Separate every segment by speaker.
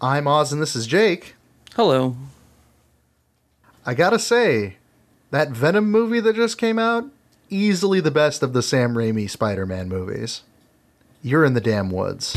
Speaker 1: I'm Oz, and this is Jake.
Speaker 2: Hello.
Speaker 1: I gotta say, that Venom movie that just came out, easily the best of the Sam Raimi Spider Man movies. You're in the damn woods.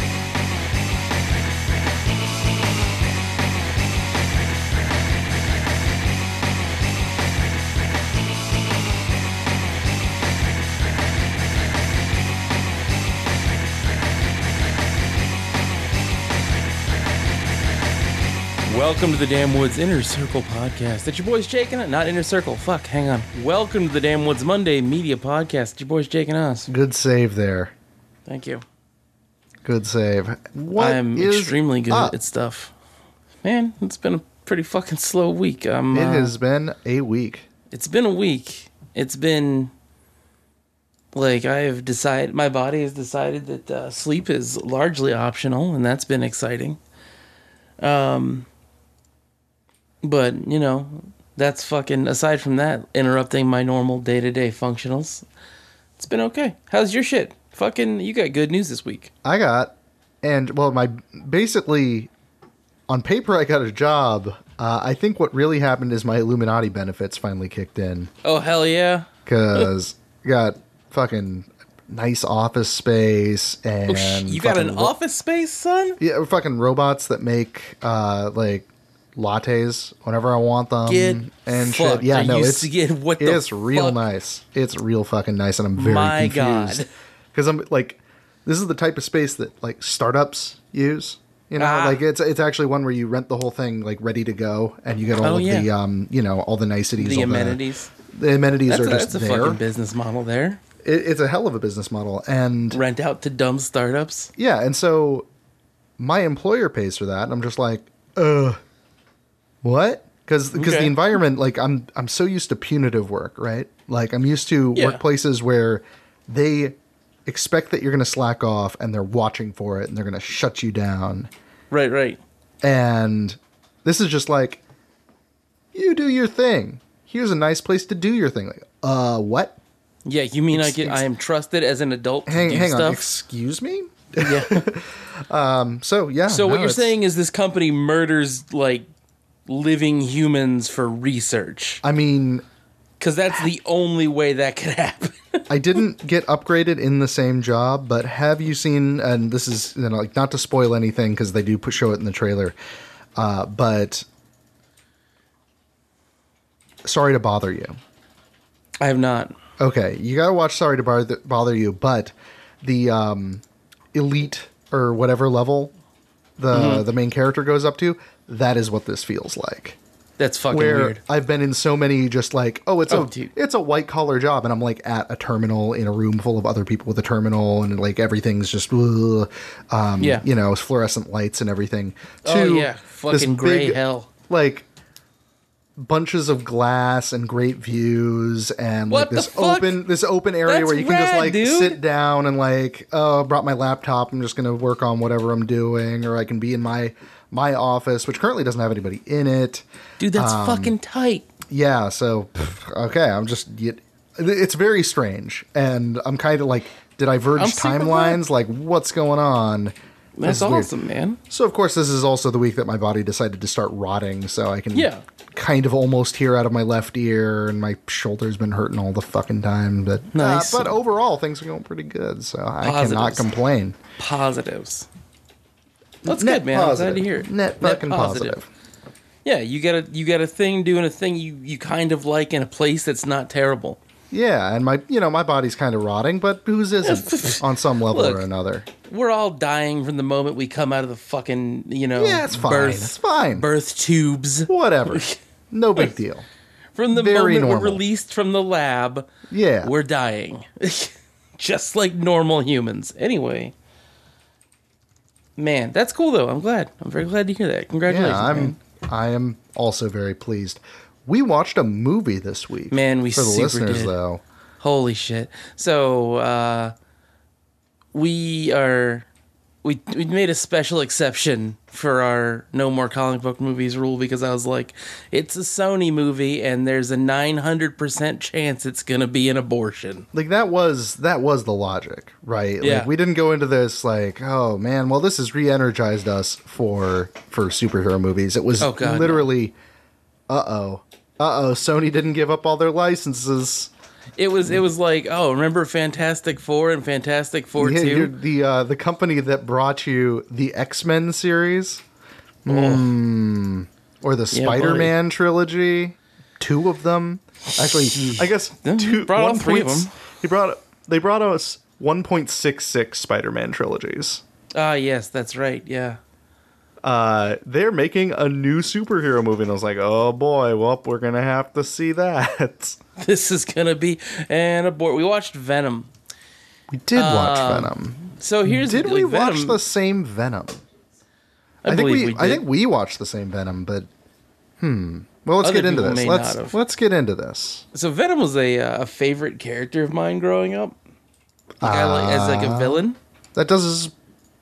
Speaker 2: Welcome to the Damn Woods Inner Circle podcast. It's your boys Jake and not Inner Circle. Fuck, hang on. Welcome to the Damn Woods Monday Media Podcast. It's your boys Jake and us.
Speaker 1: Good save there.
Speaker 2: Thank you.
Speaker 1: Good save. What
Speaker 2: I'm
Speaker 1: is
Speaker 2: extremely good
Speaker 1: up?
Speaker 2: at stuff. Man, it's been a pretty fucking slow week. Um,
Speaker 1: It
Speaker 2: uh,
Speaker 1: has been a week.
Speaker 2: It's been a week. It's been like I have decided. My body has decided that uh, sleep is largely optional, and that's been exciting. Um, but you know, that's fucking. Aside from that, interrupting my normal day to day functionals, it's been okay. How's your shit? Fucking, you got good news this week.
Speaker 1: I got, and well, my basically, on paper, I got a job. Uh, I think what really happened is my Illuminati benefits finally kicked in.
Speaker 2: Oh hell yeah!
Speaker 1: because got fucking nice office space and
Speaker 2: Oh, sh- you got
Speaker 1: fucking
Speaker 2: an
Speaker 1: ro-
Speaker 2: office space, son?
Speaker 1: yeah fucking robots that make uh like lattes whenever I want them
Speaker 2: Get
Speaker 1: Mm, and
Speaker 2: fucked.
Speaker 1: shit. Yeah,
Speaker 2: I
Speaker 1: no,
Speaker 2: used
Speaker 1: it's
Speaker 2: to get what the
Speaker 1: it's real
Speaker 2: fuck?
Speaker 1: nice. It's real fucking nice, and I'm very
Speaker 2: My God.
Speaker 1: confused because I'm like, this is the type of space that like startups use. You know,
Speaker 2: Ah.
Speaker 1: like it's it's actually one where you rent the whole thing like ready to go, and you get all
Speaker 2: Oh,
Speaker 1: of
Speaker 2: yeah.
Speaker 1: the um you know all the niceties,
Speaker 2: The
Speaker 1: all
Speaker 2: amenities.
Speaker 1: The, amenities
Speaker 2: That's a,
Speaker 1: are just
Speaker 2: that's a
Speaker 1: there.
Speaker 2: fucking business model there.
Speaker 1: It, it's a hell of a business model, and
Speaker 2: rent out to dumb startups.
Speaker 1: Yeah, and so my employer pays for that, and I'm just like, uh, what? Because the
Speaker 2: Okay.
Speaker 1: environment, like I'm I'm so used to punitive work, right? Like I'm used to
Speaker 2: Yeah.
Speaker 1: workplaces where they expect that you're going to slack off, and they're watching for it, and they're going to shut you down.
Speaker 2: Right, right.
Speaker 1: And this is just like, you do your thing. Here's a nice place to do your thing. Like, uh, what?
Speaker 2: Yeah, you mean I get
Speaker 1: ex-
Speaker 2: I am trusted as an adult to
Speaker 1: Hang,
Speaker 2: do
Speaker 1: hang on.
Speaker 2: stuff?
Speaker 1: Excuse me. Um,
Speaker 2: yeah.
Speaker 1: So yeah.
Speaker 2: So what
Speaker 1: no,
Speaker 2: you're
Speaker 1: it's-
Speaker 2: saying is this company murders like living humans for research
Speaker 1: I mean,
Speaker 2: because that's the only way that could happen.
Speaker 1: I didn't get upgraded in the same job, but have you seen? And this is you know, like not to spoil anything because they do put, show it in the trailer, uh, but sorry to bother you.
Speaker 2: I have not.
Speaker 1: Okay, you gotta watch Sorry to Bother, bother You, but the um, elite or whatever level the
Speaker 2: Mm-hmm.
Speaker 1: the main character goes up to, that is what this feels like.
Speaker 2: That's fucking
Speaker 1: Where
Speaker 2: weird.
Speaker 1: I've been in so many just like, oh, it's
Speaker 2: Oh,
Speaker 1: a
Speaker 2: dude.
Speaker 1: it's a white collar job, and I'm like at a terminal in a room full of other people with a terminal, and like everything's just, ugh, um,
Speaker 2: Yeah.
Speaker 1: you know, fluorescent lights and everything.
Speaker 2: Oh
Speaker 1: To
Speaker 2: yeah, fucking
Speaker 1: this
Speaker 2: gray
Speaker 1: big,
Speaker 2: hell.
Speaker 1: like bunches of glass and great views and
Speaker 2: What
Speaker 1: like
Speaker 2: the
Speaker 1: this
Speaker 2: fuck?
Speaker 1: open this open area
Speaker 2: That's
Speaker 1: where you can just
Speaker 2: rad,
Speaker 1: like
Speaker 2: dude.
Speaker 1: sit down and like oh I brought my laptop I'm just gonna work on whatever I'm doing or I can be in my my office which currently doesn't have anybody in it
Speaker 2: Dude, that's
Speaker 1: um,
Speaker 2: fucking tight.
Speaker 1: yeah so pff, okay I'm just y- it's very strange and I'm kind of like did I verge
Speaker 2: I'm super glad.
Speaker 1: timelines like what's going on
Speaker 2: That's
Speaker 1: This is weird.
Speaker 2: awesome, man.
Speaker 1: so of course, this is also the week that my body decided to start rotting, so I can
Speaker 2: Yeah.
Speaker 1: kind of almost hear out of my left ear, and my shoulder's been hurting all the fucking time. But uh,
Speaker 2: Nice.
Speaker 1: but overall, things are going pretty good, so I cannot
Speaker 2: Positives.
Speaker 1: complain.
Speaker 2: Positives. That's
Speaker 1: Net
Speaker 2: good, man. I'm
Speaker 1: positive.
Speaker 2: glad to hear it.
Speaker 1: Net fucking positive.
Speaker 2: Yeah, you got a you got a thing doing a thing you you kind of like in a place that's not terrible.
Speaker 1: Yeah, and my you know my body's kind of rotting, but whose isn't on some level or
Speaker 2: Look.
Speaker 1: another?
Speaker 2: We're all dying from the moment we come out of the fucking you know
Speaker 1: Yeah, it's fine. it's
Speaker 2: birth
Speaker 1: fine.
Speaker 2: birth tubes.
Speaker 1: Whatever. No big deal.
Speaker 2: From the
Speaker 1: Very
Speaker 2: moment
Speaker 1: normal.
Speaker 2: we're released from the lab,
Speaker 1: Yeah.
Speaker 2: we're dying, just like normal humans. Anyway, man, that's cool though. I'm glad. I'm very glad to hear that. Congratulations,
Speaker 1: yeah, I'm.
Speaker 2: man.
Speaker 1: I am also very pleased. We watched a movie this week.
Speaker 2: Man, we
Speaker 1: for the
Speaker 2: super
Speaker 1: listeners
Speaker 2: did.
Speaker 1: though.
Speaker 2: Holy shit. So, uh, we are we we made a special exception for our no more comic book movies rule because I was like, it's a Sony movie and there's a 900% chance it's going to be an abortion.
Speaker 1: like that was that was the logic right
Speaker 2: Yeah.
Speaker 1: like we didn't go into this like oh man well this has re-energized us for for superhero movies it was
Speaker 2: Oh, God, no.
Speaker 1: literally uh-oh uh-oh sony didn't give up all their licenses
Speaker 2: It was it was like, oh, remember Fantastic 4 and Fantastic 4
Speaker 1: Yeah,
Speaker 2: 2?
Speaker 1: you're- the uh, the company that brought you the x-men series Mm. or the
Speaker 2: Oh. buddy.
Speaker 1: spider-man trilogy two of them actually i guess
Speaker 2: Yeah, he
Speaker 1: two
Speaker 2: brought all three of
Speaker 1: 1.6
Speaker 2: them.
Speaker 1: he brought they brought us 1.66 spider-man trilogies
Speaker 2: Ah, yes, that's right. Yeah.
Speaker 1: uh, they're making a new superhero movie. And I was like, oh boy, well, we're going to have to see that.
Speaker 2: This is going to be an abort. We watched Venom.
Speaker 1: We did watch Venom.
Speaker 2: So here's
Speaker 1: Uh, Did we
Speaker 2: like,
Speaker 1: watch
Speaker 2: Venom-
Speaker 1: the same Venom?
Speaker 2: I,
Speaker 1: think
Speaker 2: believe we,
Speaker 1: I
Speaker 2: did.
Speaker 1: think we watched the same Venom, but hmm. Well, let's
Speaker 2: Other
Speaker 1: get into this.
Speaker 2: people may not
Speaker 1: Let's
Speaker 2: have.
Speaker 1: let's get into this.
Speaker 2: So Venom was a uh, a favorite character of mine growing up. Like I like as like
Speaker 1: Ah.
Speaker 2: a villain.
Speaker 1: That does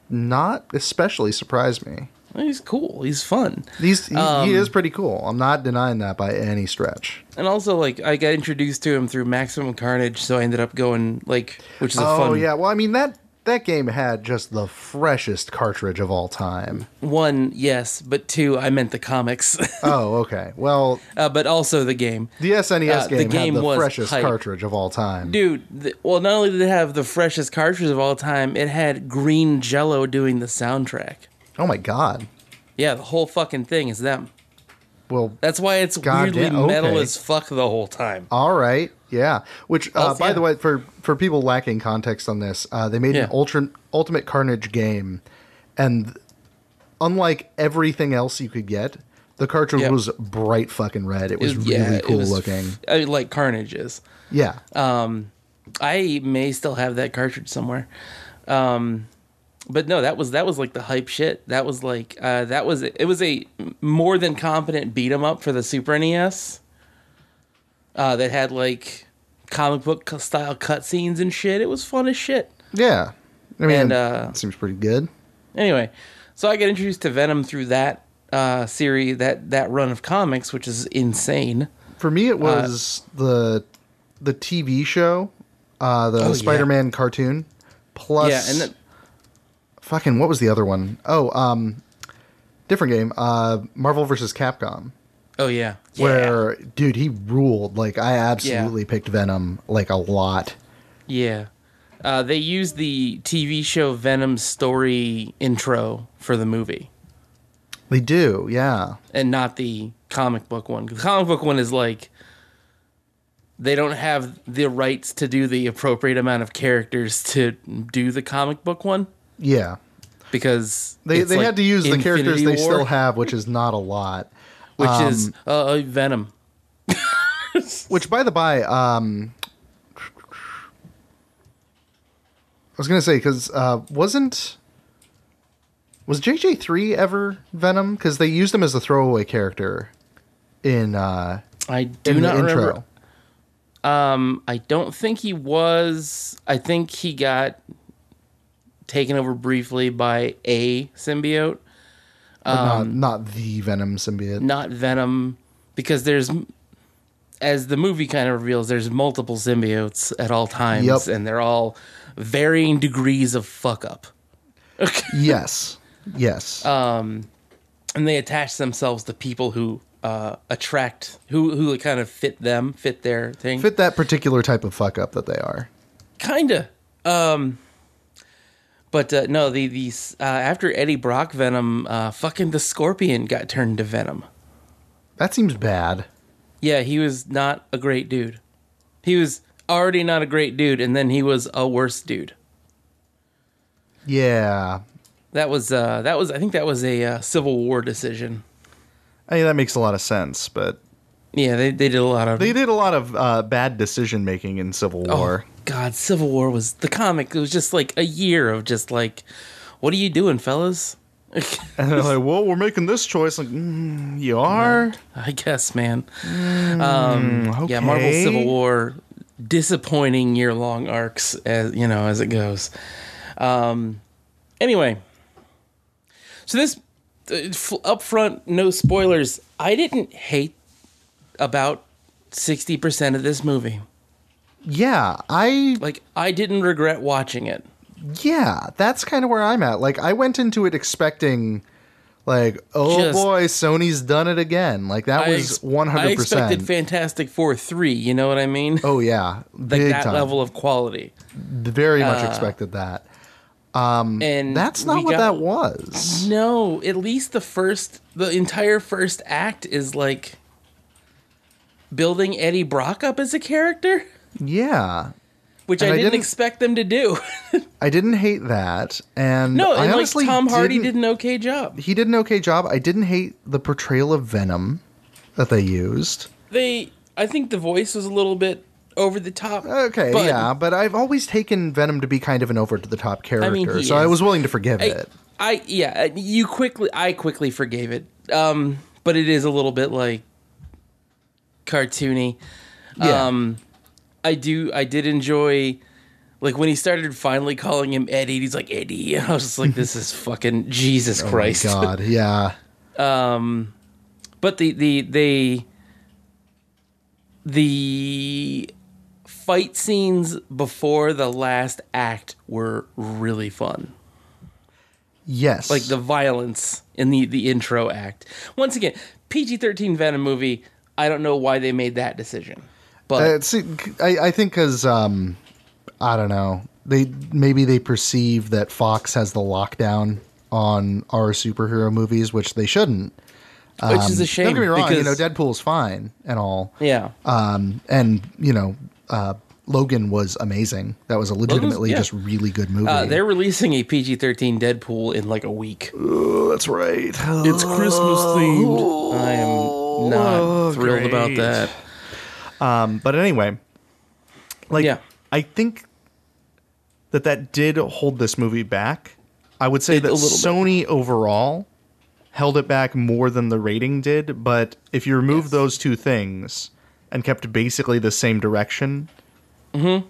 Speaker 1: not especially surprise me.
Speaker 2: He's cool. He's fun.
Speaker 1: These he,
Speaker 2: Um,
Speaker 1: he is pretty cool. I'm not denying that by any stretch.
Speaker 2: And also, like, I got introduced to him through Maximum Carnage, so I ended up going, like, which is a
Speaker 1: Oh
Speaker 2: fun
Speaker 1: yeah, well I mean that that game had just the freshest cartridge of all time.
Speaker 2: one, yes, but two, I meant the comics,
Speaker 1: oh okay. Well,
Speaker 2: uh, but also the game.
Speaker 1: The SNES
Speaker 2: Uh, the
Speaker 1: game,
Speaker 2: game
Speaker 1: had the
Speaker 2: was
Speaker 1: freshest
Speaker 2: hype.
Speaker 1: cartridge of all time.
Speaker 2: Dude, the, well, not only did it have the freshest cartridge of all time, it had Green Jello doing the soundtrack.
Speaker 1: Oh my god.
Speaker 2: Yeah, the whole fucking thing is them.
Speaker 1: Well,
Speaker 2: That's why it's
Speaker 1: God
Speaker 2: weirdly
Speaker 1: damn- okay.
Speaker 2: metal as fuck the whole time.
Speaker 1: all right. Yeah. Which, uh,
Speaker 2: Also-
Speaker 1: by
Speaker 2: yeah.
Speaker 1: the way, for for people lacking context on this, uh, they made
Speaker 2: Yeah.
Speaker 1: an ultra, Ultimate Carnage game, and unlike everything else you could get, the cartridge
Speaker 2: Yep.
Speaker 1: was bright fucking red. It was
Speaker 2: It-
Speaker 1: really
Speaker 2: it
Speaker 1: cool
Speaker 2: was
Speaker 1: looking.
Speaker 2: f- Uh, I mean, like Carnage is.
Speaker 1: yeah.
Speaker 2: I may still have that cartridge somewhere. Um, but no, that was that was like the hype shit. That was like uh, that was it was a more than competent beat 'em up for the Super NES. Uh, that had like comic book cu- style cutscenes and shit. It was fun as shit.
Speaker 1: yeah. I mean,
Speaker 2: and, uh,
Speaker 1: it seems pretty good.
Speaker 2: Anyway, so I got introduced to Venom through that uh, series, that that run of comics, which is insane.
Speaker 1: For me,
Speaker 2: Uh,
Speaker 1: it was the the TV show, uh, the
Speaker 2: Oh, yeah.
Speaker 1: Spider-Man cartoon, plus
Speaker 2: yeah, and then,
Speaker 1: fucking what was the other one? Oh, um, different game. Uh, Marvel versus Capcom,
Speaker 2: oh yeah,
Speaker 1: where dude he ruled. Like I absolutely picked Venom like a lot.
Speaker 2: Yeah. Uh, they used the TV show Venom story intro for the movie
Speaker 1: They do, yeah.
Speaker 2: and not the comic book one. The comic book one is like they don't have the rights to do the appropriate amount of characters to do the comic book one
Speaker 1: Yeah,
Speaker 2: because
Speaker 1: they
Speaker 2: it's
Speaker 1: they
Speaker 2: like
Speaker 1: had to use the characters
Speaker 2: Infinity
Speaker 1: they
Speaker 2: War,
Speaker 1: still um, have, which is not a lot.
Speaker 2: which is uh, Venom.
Speaker 1: Which, by the by, um, I was gonna say because uh, wasn't was JJ three ever Venom? Because they used him as a throwaway character in uh,
Speaker 2: I do
Speaker 1: in
Speaker 2: not
Speaker 1: the intro.
Speaker 2: remember. Um, I don't think he was. I think he got taken over briefly by a symbiote.
Speaker 1: But
Speaker 2: Um,
Speaker 1: not, not the Venom symbiote.
Speaker 2: not Venom, because there's, as the movie kind of reveals, there's multiple symbiotes at all times,
Speaker 1: Yep.
Speaker 2: and they're all varying degrees of fuck up,
Speaker 1: yes, yes.
Speaker 2: Um, and they attach themselves to people who uh, attract who who kind of fit them, fit their thing,
Speaker 1: Fit that particular type of fuck up that they are.
Speaker 2: kinda. Um, but uh, no, the the uh, after Eddie Brock Venom, uh, fucking the Scorpion got turned to Venom.
Speaker 1: That seems bad.
Speaker 2: Yeah, he was not a great dude. He was already not a great dude, and then he was a worse dude.
Speaker 1: Yeah,
Speaker 2: That was uh, that was I think that was a uh, Civil War decision.
Speaker 3: I mean, that makes a lot of sense, but
Speaker 2: Yeah, they, they did a lot of
Speaker 3: they did a lot of uh, bad decision making in Civil
Speaker 2: Oh,
Speaker 3: War.
Speaker 2: God. Civil War was the comic. It was just like a year of just like, what are you doing, fellas?
Speaker 3: And they're like, well, we're making this choice. Like, mm, you are?
Speaker 2: I guess, man. um, Yeah, Marvel
Speaker 3: okay.
Speaker 2: Civil War, disappointing year long arcs as you know as it goes. Um, anyway, So this uh, f- up front, no spoilers. I didn't hate about sixty percent of this movie.
Speaker 4: Yeah, I
Speaker 2: Like I didn't regret watching it.
Speaker 4: yeah, that's kind of where I'm at. Like I went into it expecting like, oh
Speaker 2: Just-
Speaker 4: boy, Sony's done it again. Like that
Speaker 2: I
Speaker 4: was
Speaker 2: ex- I
Speaker 4: 100%.
Speaker 2: expected Fantastic Four three. You know what I mean?
Speaker 4: oh yeah,
Speaker 2: like
Speaker 4: big
Speaker 2: that
Speaker 4: time.
Speaker 2: level of quality.
Speaker 4: Very much expected that.
Speaker 2: And
Speaker 4: Mm. That's not
Speaker 2: we
Speaker 4: what
Speaker 2: got-
Speaker 4: that was.
Speaker 2: No, at least the first, the entire first act is like building Eddie Brock up as a character,
Speaker 4: Yeah.
Speaker 2: which
Speaker 4: And
Speaker 2: I
Speaker 4: I
Speaker 2: didn't,
Speaker 4: didn't-
Speaker 2: expect them to do.
Speaker 4: I didn't hate that and
Speaker 2: no,
Speaker 4: I
Speaker 2: and like
Speaker 4: honestly
Speaker 2: Tom Hardy
Speaker 4: didn't-
Speaker 2: did an okay job.
Speaker 4: he did an okay job. I didn't hate the portrayal of Venom that they used.
Speaker 2: They, I think the voice was a little bit over the top.
Speaker 4: Okay,
Speaker 2: but
Speaker 4: yeah, but I've always taken Venom to be kind of an over to the top character,
Speaker 2: mean, he
Speaker 4: so I
Speaker 2: is.
Speaker 4: was willing to forgive
Speaker 2: I,
Speaker 4: it.
Speaker 2: I, yeah, uh, you quickly, I quickly forgave it. Um, but it is a little bit like cartoony.
Speaker 4: Yeah.
Speaker 2: Um, I do. I did enjoy, like when he started finally calling him Eddie. He's like Eddie. I was just like, this is fucking Jesus Christ.
Speaker 4: Oh God, yeah,
Speaker 2: but the the they the fight scenes before the last act were really fun.
Speaker 4: yes,
Speaker 2: Like the violence in the the intro act. Once again, PG thirteen Venom movie. I don't know why they made that decision, but
Speaker 4: Uh, see, I, I think because um, I don't know, they maybe they perceive that Fox has the lockdown on our superhero movies, which they shouldn't.
Speaker 2: which is a shame.
Speaker 4: Don't get me wrong,
Speaker 2: because,
Speaker 4: you know, Deadpool's fine and all,
Speaker 2: yeah. uh,
Speaker 4: um, and you know, uh, Logan was amazing. That was a legitimately
Speaker 2: yeah.
Speaker 4: just really good movie.
Speaker 2: Uh, they're releasing a PG 13 Deadpool in like a week.
Speaker 4: That's right.
Speaker 1: It's Christmas themed.
Speaker 2: I am not thrilled about
Speaker 1: great.
Speaker 2: that.
Speaker 1: Um,
Speaker 4: But anyway, like
Speaker 2: Yeah.
Speaker 1: I think that that did hold this movie back. I would say
Speaker 2: It-
Speaker 1: that
Speaker 2: a little bit.
Speaker 1: Sony overall held it back more than the rating did, but if you remove those two things and kept basically the same direction,
Speaker 2: Mm-hmm.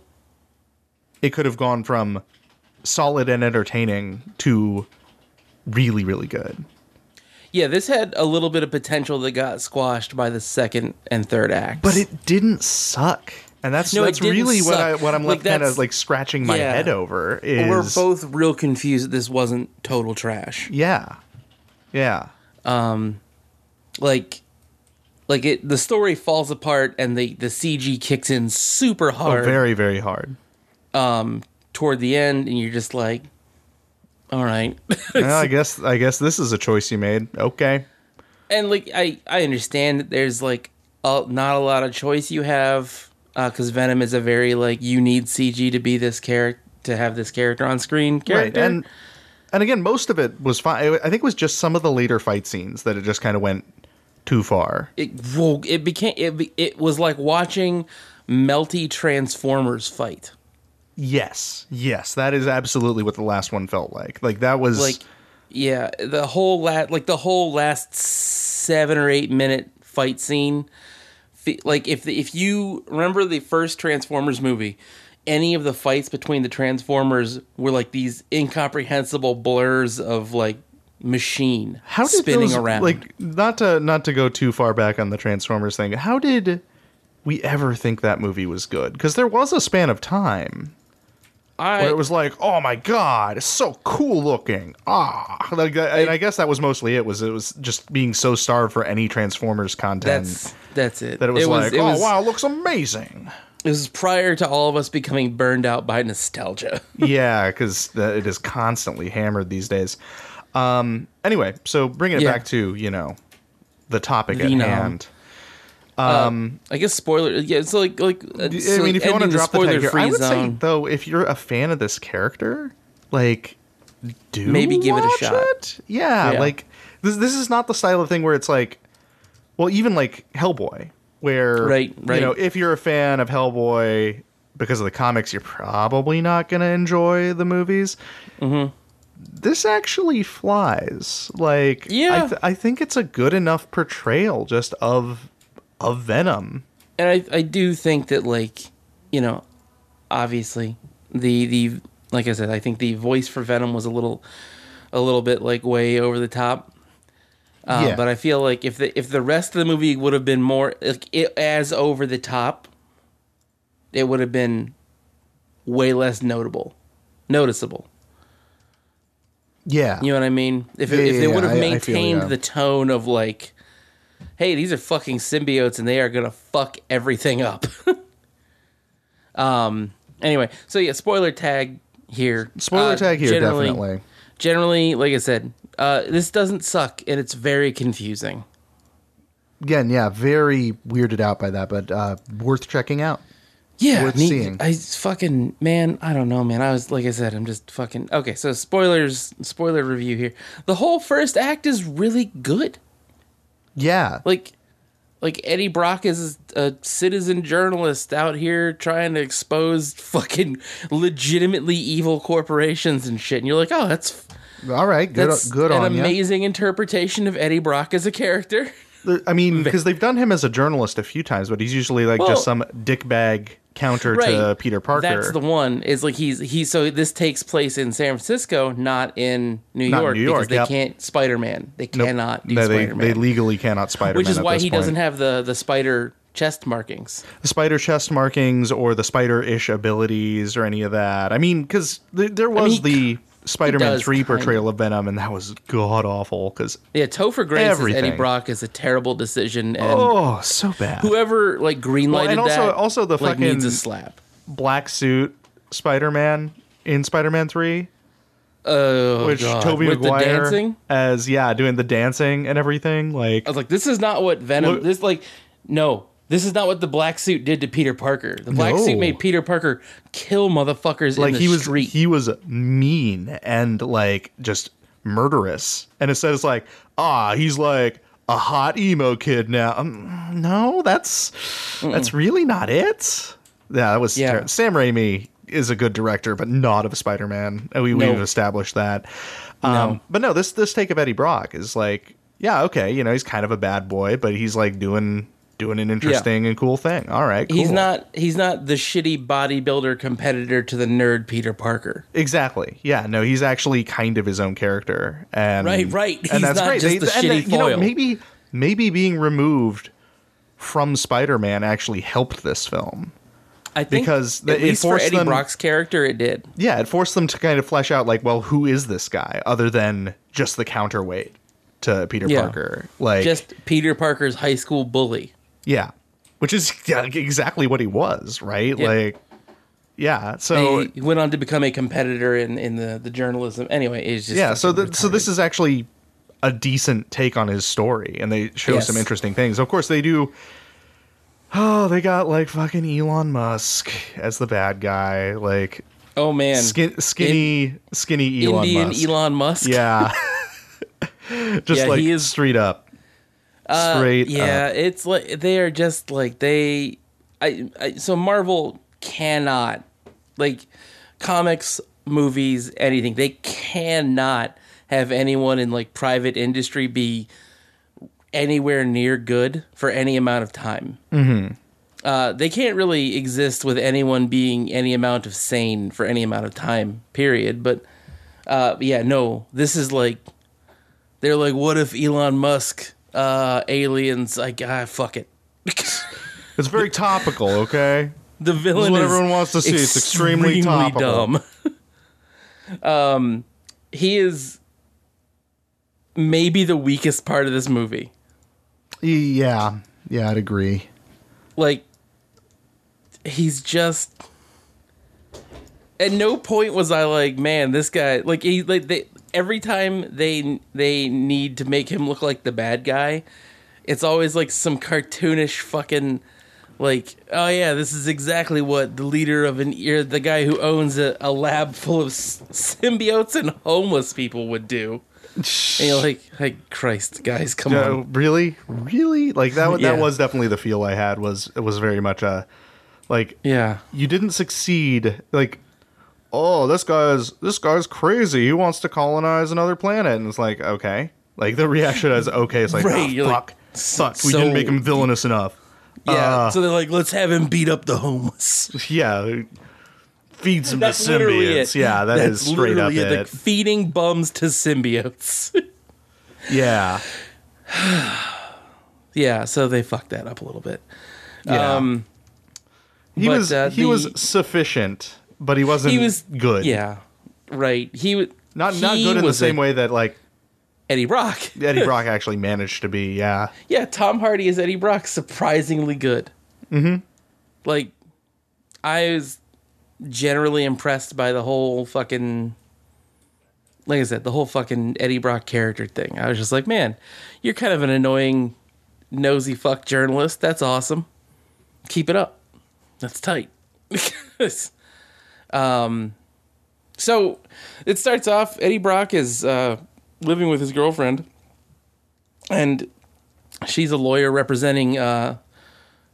Speaker 1: it could have gone from solid and entertaining to really, really good.
Speaker 2: Yeah, this had a little bit of potential that got squashed by the second and third acts.
Speaker 1: But it didn't suck. And that's
Speaker 2: No, it
Speaker 1: that's
Speaker 2: didn't
Speaker 1: really what
Speaker 2: suck.
Speaker 1: I what I'm
Speaker 2: Like,
Speaker 1: left kind
Speaker 2: that's-
Speaker 1: of like scratching my
Speaker 2: yeah.
Speaker 1: head over is
Speaker 2: we're both real confused that this wasn't total trash.
Speaker 1: Yeah. Yeah.
Speaker 2: Like, like it, the story falls apart and the the CG kicks in super
Speaker 1: Oh,
Speaker 2: hard
Speaker 1: very, very hard.
Speaker 2: toward the end, and you're just like, all right.
Speaker 1: Well, I guess I guess this is a choice you made. Okay.
Speaker 2: and like I, I understand that there's like a, not a lot of choice you have because Venom is a very like you need CG to be this character to have this character on screen character.
Speaker 1: Right. And and again, most of it was fine. I think it was just some of the later fight scenes that it just kind of went too far.
Speaker 2: it whoa, it became it be- it was like watching melty Transformers fight.
Speaker 1: Yes. Yes, that is absolutely what the last one felt like. Like that was
Speaker 2: Like yeah, the whole la- like the whole last seven or eight minute fight scene. fe- Like if the, if you remember the first Transformers movie, any of the fights between the Transformers were like these incomprehensible blurs of like machine
Speaker 1: how did
Speaker 2: spinning
Speaker 1: those-
Speaker 2: around.
Speaker 1: Like not to not to go too far back on the Transformers thing. How did we ever think that movie was good? Because there was a span of time
Speaker 2: I
Speaker 1: where it was like, oh my god, it's so cool looking. Ah, like, I, and I guess that was mostly it. Was it was just being so starved for any Transformers content
Speaker 2: that's that's it.
Speaker 1: that it was like,
Speaker 2: it
Speaker 1: oh
Speaker 2: was,
Speaker 1: wow, it looks amazing.
Speaker 2: it was prior to all of us becoming burned out by nostalgia.
Speaker 1: yeah, because it is constantly hammered these days. Um, anyway, so bringing it
Speaker 2: Yeah.
Speaker 1: back to you know the topic
Speaker 2: Venom.
Speaker 1: at hand.
Speaker 2: I guess spoiler. Yeah, so like like. I
Speaker 1: I mean, if you want to drop the
Speaker 2: spoiler
Speaker 1: tag here,
Speaker 2: free
Speaker 1: I would
Speaker 2: zone,
Speaker 1: say though, if you're a fan of this character, like, do
Speaker 2: Maybe give it a
Speaker 1: watch
Speaker 2: shot.
Speaker 1: it? Yeah,
Speaker 2: Yeah.
Speaker 1: like this. This is not the style of thing where it's like, well, even like Hellboy, where
Speaker 2: Right, right.
Speaker 1: you know, if you're a fan of Hellboy because of the comics, you're probably not gonna enjoy the movies.
Speaker 2: Mm-hmm.
Speaker 1: This actually flies. Like,
Speaker 2: Yeah.
Speaker 1: I, th- I think it's a good enough portrayal just of of Venom.
Speaker 2: and I, I do think that like you know obviously the the like i said i think the voice for venom was a little a little bit like way over the top. Uh,
Speaker 4: Yeah.
Speaker 2: But I feel like if the if the rest of the movie would have been more like, it, as over the top, it would have been way less notable, noticeable.
Speaker 4: Yeah.
Speaker 2: You know what I mean? If it,
Speaker 4: Yeah,
Speaker 2: if
Speaker 4: yeah,
Speaker 2: they
Speaker 4: yeah,
Speaker 2: would have
Speaker 4: I- I feel you,
Speaker 2: maintained
Speaker 4: yeah.
Speaker 2: the tone of like, hey, these are fucking symbiotes and they are gonna fuck everything up. um. Anyway, so yeah, spoiler tag here.
Speaker 4: Spoiler
Speaker 2: Uh,
Speaker 4: tag here,
Speaker 2: generally-
Speaker 4: definitely.
Speaker 2: Generally, like I said, uh, this doesn't suck and it's very confusing.
Speaker 4: Again, yeah, very weirded out by that, but uh, worth checking out.
Speaker 2: Yeah,
Speaker 4: Worth
Speaker 2: I mean,
Speaker 4: seeing.
Speaker 2: I fucking man, I don't know, man. I was like I said, I'm just fucking okay. So spoilers, spoiler review here. The whole first act is really good.
Speaker 4: Yeah.
Speaker 2: like like Eddie Brock is a citizen journalist out here trying to expose fucking legitimately evil corporations and shit. And you're like, oh, that's
Speaker 4: All right. Good.
Speaker 2: that's
Speaker 4: good
Speaker 2: an
Speaker 4: on ya.
Speaker 2: amazing interpretation of Eddie Brock as a character.
Speaker 1: There- I mean, because they've done him as a journalist a few times, but he's usually like
Speaker 2: Well-
Speaker 1: just some dickbag counter to Peter Parker.
Speaker 2: That's the one. Is like he's he. So this takes place in San Francisco, not in New
Speaker 1: Not in
Speaker 2: York,
Speaker 1: New York,
Speaker 2: because they
Speaker 1: yep.
Speaker 2: can't Spider Man. They
Speaker 1: Nope.
Speaker 2: cannot do
Speaker 1: No, they,
Speaker 2: Spider Man,
Speaker 1: they legally cannot Spider-Man.
Speaker 2: which is
Speaker 1: at
Speaker 2: why
Speaker 1: this
Speaker 2: he
Speaker 1: point.
Speaker 2: doesn't have the the spider chest markings.
Speaker 1: the spider chest markings or the spider-ish abilities or any of that. I mean, because th- there was
Speaker 2: he k-
Speaker 1: the Spider-Man
Speaker 2: does
Speaker 1: three
Speaker 2: kinda.
Speaker 1: portrayal of Venom, and that was god awful. Because
Speaker 2: Yeah, Topher Grace as Eddie
Speaker 1: Everything.
Speaker 2: Brock is a terrible decision, and
Speaker 1: oh, so bad.
Speaker 2: whoever like greenlighted
Speaker 1: Well, and also-
Speaker 2: that
Speaker 1: also the
Speaker 2: like, needs a
Speaker 1: fucking-
Speaker 2: slap.
Speaker 1: Black suit Spider-Man in Spider-Man three,
Speaker 2: Oh,
Speaker 1: which
Speaker 2: God.
Speaker 1: Tobey
Speaker 2: with the
Speaker 1: Maguire
Speaker 2: dancing.
Speaker 1: as yeah doing the dancing and everything. Like
Speaker 2: I was like, this is not what Venom.
Speaker 1: Look-
Speaker 2: This like no. This is not what the black suit did to Peter Parker. The black
Speaker 4: No.
Speaker 2: suit made Peter Parker kill motherfuckers
Speaker 1: like
Speaker 2: in the
Speaker 1: he was
Speaker 2: street.
Speaker 1: he was mean and like just murderous and instead it's like ah he's like a hot emo kid now um, no that's that's really not it yeah that was
Speaker 2: Yeah.
Speaker 1: ter- sam raimi is a good director but not of spider-man Uh, we,
Speaker 2: No.
Speaker 1: we've established that um but no this this take of eddie brock is like yeah okay you know he's kind of a bad boy but he's like doing doing an interesting and cool thing all right
Speaker 2: He's
Speaker 1: cool.
Speaker 2: not. He's not the shitty bodybuilder competitor to the nerd Peter Parker.
Speaker 1: Exactly. Yeah. No, he's actually kind of his own character, and
Speaker 2: Right, right.
Speaker 1: and
Speaker 2: He's
Speaker 1: that's
Speaker 2: not
Speaker 1: great.
Speaker 2: just
Speaker 1: They-
Speaker 2: the
Speaker 1: and they-
Speaker 2: shitty
Speaker 1: you know,
Speaker 2: foil.
Speaker 1: maybe maybe being removed from Spider-Man actually helped this film.
Speaker 2: I think
Speaker 1: Because the-
Speaker 2: at
Speaker 1: it
Speaker 2: least for
Speaker 1: forced
Speaker 2: Eddie
Speaker 1: them-
Speaker 2: Brock's character, it did.
Speaker 1: Yeah, it forced them to kind of flesh out like, well, who is this guy other than just the counterweight to Peter
Speaker 2: Yeah.
Speaker 1: Parker? Like,
Speaker 2: Just Peter Parker's high school bully.
Speaker 1: yeah, which is yeah, exactly what he was, right?
Speaker 2: Yeah.
Speaker 1: Like, yeah. So
Speaker 2: He went on to become a competitor in, in the, the journalism. Anyway, it's just
Speaker 1: yeah so
Speaker 2: fucking
Speaker 1: th- so
Speaker 2: retarded.
Speaker 1: this is actually a decent take on his story and they show
Speaker 2: Yes.
Speaker 1: some interesting things of course they do oh they got like fucking elon musk as the bad guy like
Speaker 2: Oh man,
Speaker 1: skin, skinny skinny elon
Speaker 2: Indian
Speaker 1: musk
Speaker 2: Elon Musk.
Speaker 1: yeah just
Speaker 2: Yeah,
Speaker 1: like
Speaker 2: he is- Uh,
Speaker 1: straight up straight
Speaker 2: yeah.
Speaker 1: up.
Speaker 2: It's like they are just like they. I, I so Marvel cannot like comics, movies, anything. They cannot have anyone in like private industry be anywhere near good for any amount of time. Mm-hmm. Uh, they can't really exist with anyone being any amount of sane for any amount of time. Period. But uh, yeah, no, this is like they're like, what if Elon Musk uh, aliens? Like, ah, fuck it.
Speaker 1: it's very topical okay
Speaker 2: The villain
Speaker 1: what
Speaker 2: is
Speaker 1: everyone wants to see. It's extremely topical.
Speaker 2: dumb. um, he is maybe the weakest part of this movie.
Speaker 4: Yeah. Yeah, I'd agree.
Speaker 2: like he's just at no point was I like, man, this guy like he like they every time they they need to make him look like the bad guy, it's always like some cartoonish fucking like, oh yeah, this is exactly what the leader of an ear the guy who owns a, a lab full of s- symbiotes and homeless people would do. And you're like, like Christ, guys, come on.
Speaker 1: No, really, really, like that.
Speaker 2: Um, Yeah.
Speaker 1: That was definitely the feel I had. Was it was very much a, like
Speaker 2: Yeah.
Speaker 1: you didn't succeed like oh this guy's this guy's crazy he wants to colonize another planet and it's like okay like the reaction is okay it's like
Speaker 2: Right,
Speaker 1: "Ah,
Speaker 2: you're
Speaker 1: fuck
Speaker 2: like,
Speaker 1: fuck we didn't
Speaker 2: so-
Speaker 1: make him villainous enough
Speaker 2: Yeah.
Speaker 1: Uh,
Speaker 2: so they're like, let's have him beat up the homeless.
Speaker 1: yeah feeds them to
Speaker 2: That's literally
Speaker 1: symbiotes.
Speaker 2: it.
Speaker 1: Yeah, that
Speaker 2: That's
Speaker 1: is straight up
Speaker 2: literally
Speaker 1: it.
Speaker 2: The feeding bums to symbiotes.
Speaker 1: Yeah.
Speaker 2: yeah, so they fucked that up a little bit.
Speaker 1: Yeah.
Speaker 2: Um,
Speaker 1: he
Speaker 2: but,
Speaker 1: was
Speaker 2: uh,
Speaker 1: he
Speaker 2: the-
Speaker 1: was sufficient, but he wasn't
Speaker 2: he was
Speaker 1: good.
Speaker 2: Yeah, right. He w-
Speaker 1: Not not
Speaker 2: he
Speaker 1: good in the
Speaker 2: was
Speaker 1: same
Speaker 2: a
Speaker 1: way that like
Speaker 2: Eddie Brock.
Speaker 1: Eddie Brock actually managed to be. Yeah.
Speaker 2: Yeah, Tom Hardy is Eddie Brock, surprisingly good. Mm-hmm. Like, I was generally impressed by the whole fucking, like I said, the whole fucking Eddie Brock character thing. I was just like, man, you're kind of an annoying, nosy fuck journalist. That's awesome. Keep it up. That's tight. um, so it starts off. Eddie Brock is uh, living with his girlfriend, and she's a lawyer representing uh,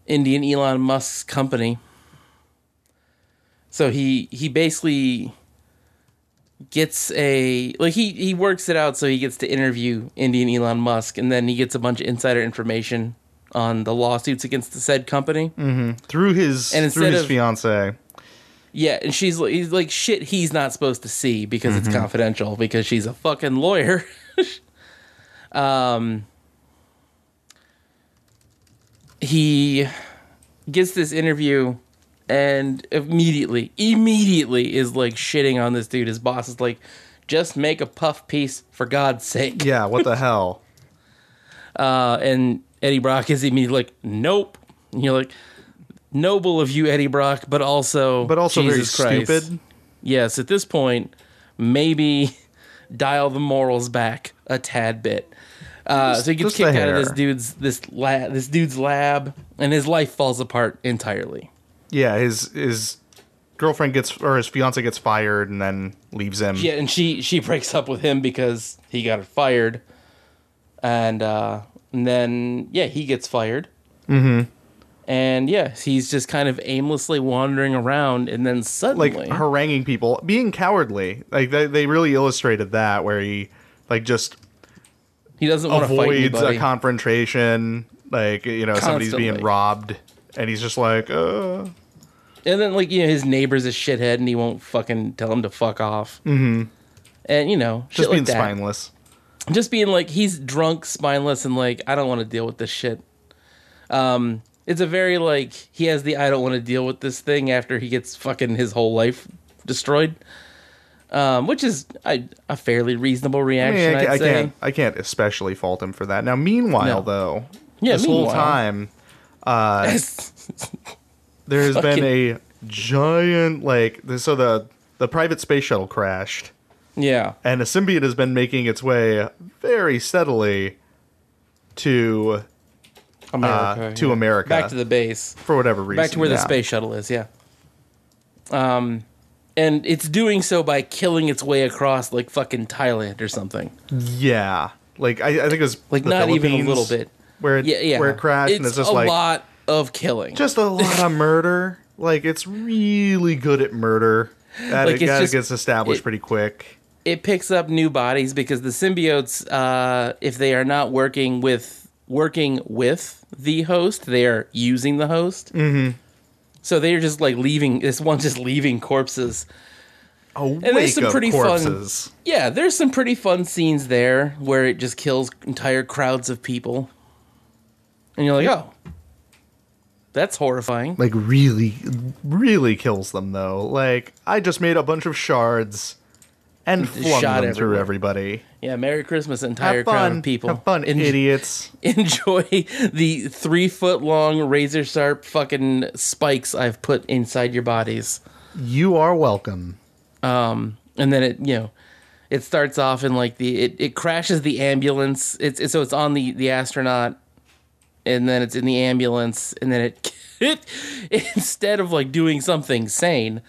Speaker 2: Indian Elon Musk's company. So he he basically gets a like he he works it out so he gets to interview Indian Elon Musk and then he gets a bunch of insider information on the lawsuits against the said company.
Speaker 1: Through his
Speaker 2: And
Speaker 1: through
Speaker 2: instead
Speaker 1: his
Speaker 2: of-
Speaker 1: fiance.
Speaker 2: Yeah, and she's like, he's like shit he's not supposed to see because
Speaker 1: Mm-hmm.
Speaker 2: it's confidential because she's a fucking lawyer. um he gets this interview and immediately immediately is like shitting on this dude. His boss is like just make a puff piece for God's sake.
Speaker 1: Yeah. What the hell?
Speaker 2: Uh, and Eddie Brock is immediately like, "Nope." And you're like, "Noble of you, Eddie Brock, but also,
Speaker 1: But also
Speaker 2: Jesus
Speaker 1: very
Speaker 2: Christ.
Speaker 1: stupid.
Speaker 2: Yes, at this point, maybe dial the morals back a tad bit. Uh, so he gets
Speaker 1: just a
Speaker 2: kicked out of
Speaker 1: hair.
Speaker 2: this dude's this la- this dude's lab, and his life falls apart entirely.
Speaker 1: Yeah. His his girlfriend gets or his fiance gets fired and then leaves him.
Speaker 2: Yeah, and she she breaks up with him because he got her fired, and uh, and then yeah, he gets fired. Mm-hmm. And yeah, he's just kind of aimlessly wandering around, and then
Speaker 1: like
Speaker 2: suddenly,
Speaker 1: haranguing people, being cowardly. Like they, they really illustrated that where he like just
Speaker 2: he doesn't want to fight
Speaker 1: avoids
Speaker 2: anybody.
Speaker 1: a confrontation. Like you know somebody's being
Speaker 2: Constantly.
Speaker 1: robbed, and he's just like, uh,
Speaker 2: And then like you know his neighbor's a shithead and he won't fucking tell him to fuck off. Mm-hmm. And you know shit
Speaker 1: just
Speaker 2: like
Speaker 1: being
Speaker 2: that.
Speaker 1: spineless.
Speaker 2: Just being like he's drunk, spineless, and like I don't want to deal with this shit. Um, it's a very like he has the I don't want to deal with this thing after he gets fucking his whole life destroyed. Um, which is a, a fairly reasonable
Speaker 1: I,
Speaker 2: reaction.
Speaker 1: mean, I, ca-
Speaker 2: I,
Speaker 1: I
Speaker 2: would say.
Speaker 1: can't. I can't especially fault him for that. Now, meanwhile,
Speaker 2: No.
Speaker 1: though,
Speaker 2: Yeah,
Speaker 1: this whole
Speaker 2: meanwhile.
Speaker 1: time there has been a giant like. So the the private space shuttle crashed,
Speaker 2: yeah.
Speaker 1: and a symbiote has been making its way very steadily to
Speaker 2: America,
Speaker 1: Uh, to
Speaker 2: yeah.
Speaker 1: America.
Speaker 2: Back to the base.
Speaker 1: for whatever reason.
Speaker 2: back to where
Speaker 1: yeah.
Speaker 2: the space shuttle is yeah um and it's doing so by killing its way across like fucking thailand or something
Speaker 1: Yeah, like I, I think it was
Speaker 2: Like,
Speaker 1: the
Speaker 2: not even a
Speaker 1: Philippines
Speaker 2: little bit.
Speaker 1: where it,
Speaker 2: yeah yeah
Speaker 1: where it crashed,
Speaker 2: it's
Speaker 1: and it's just
Speaker 2: a
Speaker 1: like
Speaker 2: lot of killing
Speaker 1: just a lot of murder. Like it's really good at murder. That
Speaker 2: Like,
Speaker 1: it,
Speaker 2: it's
Speaker 1: that
Speaker 2: just-
Speaker 1: gets established
Speaker 2: it-
Speaker 1: pretty quick.
Speaker 2: it picks up new bodies because the symbiotes uh if they are not working with working with the host they are using the host mm-hmm. so they're just like leaving this one's just leaving corpses
Speaker 1: Oh, and
Speaker 2: there's some pretty fun-
Speaker 1: corpses.
Speaker 2: Yeah, there's some pretty fun scenes there where it just kills entire crowds of people. And you're like, oh, that's horrifying.
Speaker 4: Like really,
Speaker 1: Really kills them though. Like I just made a bunch of shards and flung
Speaker 2: shot
Speaker 1: them through
Speaker 2: everywhere.
Speaker 1: everybody.
Speaker 2: Yeah, Merry Christmas, entire
Speaker 1: have
Speaker 2: crowd
Speaker 1: fun,
Speaker 2: of people.
Speaker 1: have fun,
Speaker 2: En-
Speaker 1: idiots.
Speaker 2: Enjoy the three foot long, razor sharp fucking spikes I've put inside your bodies.
Speaker 4: you are welcome.
Speaker 2: and then it you know it starts off in like the it, it crashes the ambulance it's, it's so it's on the the astronaut and then it's in the ambulance and then it it instead of like doing something sane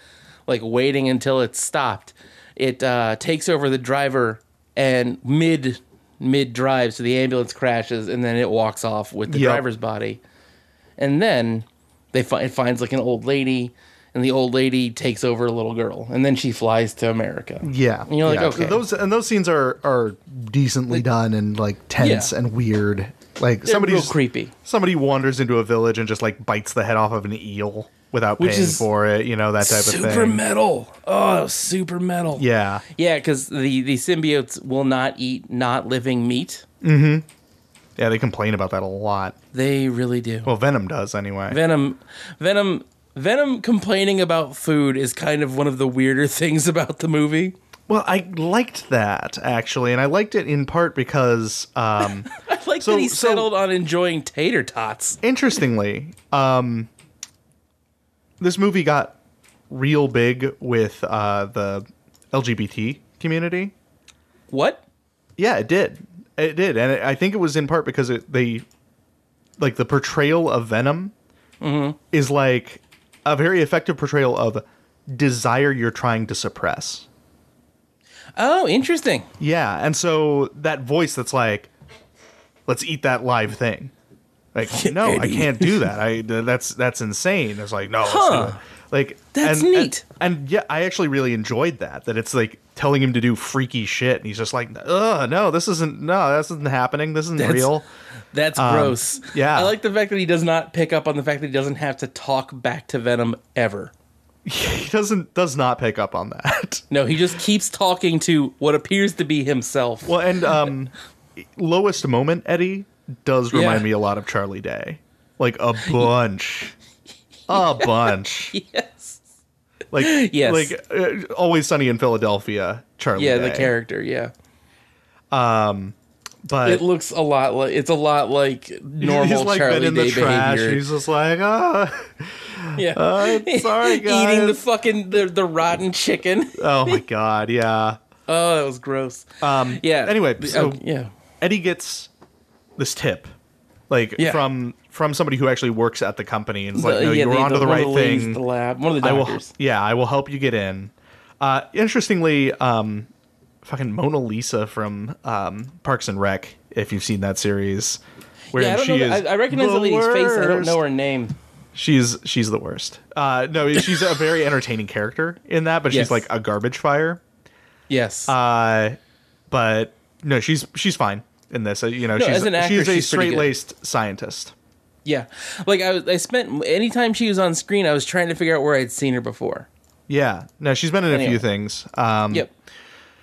Speaker 2: like waiting until it's stopped it uh takes over the driver and mid mid drive so the ambulance crashes and then it walks off with the
Speaker 1: Yep.
Speaker 2: driver's body and then they fi- it finds like an old lady and the old lady takes over a little girl and then she flies to america
Speaker 4: Yeah,
Speaker 2: and you're like
Speaker 4: yeah.
Speaker 2: okay
Speaker 1: Those and those scenes are are
Speaker 4: decently done and like tense
Speaker 2: Yeah.
Speaker 4: and weird. Like
Speaker 2: somebody's
Speaker 4: somebody's
Speaker 2: real creepy
Speaker 1: somebody wanders into a village and just like bites the head off of an eel. without
Speaker 2: Which
Speaker 1: paying
Speaker 2: is
Speaker 1: for it, you know, that type of
Speaker 2: super
Speaker 1: thing.
Speaker 2: metal. Oh, that was super metal.
Speaker 1: yeah.
Speaker 2: Yeah, because the, the symbiotes will not eat not living meat.
Speaker 1: Yeah, they complain about that a lot.
Speaker 2: They really do.
Speaker 1: Well, Venom does anyway.
Speaker 2: Venom, Venom, Venom complaining about food is kind of one of the weirder things about the movie.
Speaker 1: well, I liked that actually, and I liked it in part because um
Speaker 2: I like
Speaker 1: So-
Speaker 2: that he
Speaker 1: so-
Speaker 2: settled on enjoying tater tots.
Speaker 1: interestingly, um, this movie got real big with uh, the LGBT community.
Speaker 2: What?
Speaker 1: Yeah, it did. It did, and it, I think it was in part because it, they, like, the portrayal of Venom is like a very effective portrayal of desire you're trying to suppress.
Speaker 2: Oh, interesting.
Speaker 1: Yeah, and so that voice that's like, "Let's eat that live thing." Like, no, I
Speaker 2: Eddie.
Speaker 1: can't do that. I th- that's that's insane. It's like, no, let's do
Speaker 2: Huh.
Speaker 1: it. like
Speaker 2: That's
Speaker 1: and-
Speaker 2: neat.
Speaker 1: And, and yeah, I actually really enjoyed that. That it's like telling him to do freaky shit, and he's just like, "Ugh, no, this isn't. No, this isn't happening. This isn't real."
Speaker 2: That's gross.
Speaker 1: Um, yeah.
Speaker 2: I like the fact that he does not pick up on the fact that he doesn't have to talk back to Venom ever.
Speaker 1: He doesn't does not pick up on that.
Speaker 2: No, he just keeps talking to what appears to be himself.
Speaker 1: Well, and um, lowest moment Eddie does remind
Speaker 2: Yeah.
Speaker 1: me a lot of Charlie Day, like a bunch, a bunch.
Speaker 2: yes.
Speaker 1: like
Speaker 2: Yes.
Speaker 1: like uh, always sunny in Philadelphia, Charlie.
Speaker 2: Yeah,
Speaker 1: Day.
Speaker 2: the character, yeah.
Speaker 1: but
Speaker 2: It looks a lot like it's a lot like normal
Speaker 1: he's like
Speaker 2: Charlie
Speaker 1: been in
Speaker 2: Day
Speaker 1: the trash.
Speaker 2: behavior.
Speaker 1: He's just like, ah,
Speaker 2: yeah.
Speaker 1: sorry,
Speaker 2: Eating the
Speaker 1: guys.
Speaker 2: fucking the, the rotten chicken.
Speaker 1: oh my god, yeah.
Speaker 2: Oh, that was gross.
Speaker 1: Um,
Speaker 2: yeah.
Speaker 1: Anyway,
Speaker 2: The-
Speaker 1: so
Speaker 2: oh, yeah.
Speaker 1: Eddie gets this tip, like
Speaker 2: Yeah.
Speaker 1: from from somebody who actually works at the company, and it's like,
Speaker 2: The-
Speaker 1: no,
Speaker 2: Uh, yeah,
Speaker 1: you were
Speaker 2: the-
Speaker 1: onto the,
Speaker 2: one of
Speaker 1: right
Speaker 2: ladies
Speaker 1: thing.
Speaker 2: at The lab. One of the
Speaker 1: I will,
Speaker 2: doctors.
Speaker 1: yeah, I will help you get in. Uh, interestingly, um, fucking Mona Lisa from um, Parks and Rec, if you've seen that series, where
Speaker 2: yeah, I don't
Speaker 1: she
Speaker 2: know.
Speaker 1: is
Speaker 2: I, I recognize the,
Speaker 1: the
Speaker 2: lady's face. I don't
Speaker 1: worst.
Speaker 2: know her name.
Speaker 1: She's she's the worst. Uh, no, she's a very entertaining character in that, but
Speaker 2: Yes.
Speaker 1: she's like a garbage fire.
Speaker 2: Yes.
Speaker 1: Uh, but no, she's she's fine in this. Uh, you know,
Speaker 2: No,
Speaker 1: she's
Speaker 2: as an actor,
Speaker 1: she's a
Speaker 2: she's pretty
Speaker 1: straight
Speaker 2: good.
Speaker 1: laced scientist.
Speaker 2: yeah. Like I, was- I spent anytime she was on screen, I was trying to figure out where I'd seen her before.
Speaker 1: Yeah, no, she's been in a
Speaker 2: Anyway.
Speaker 1: few things. Um,
Speaker 2: Yep.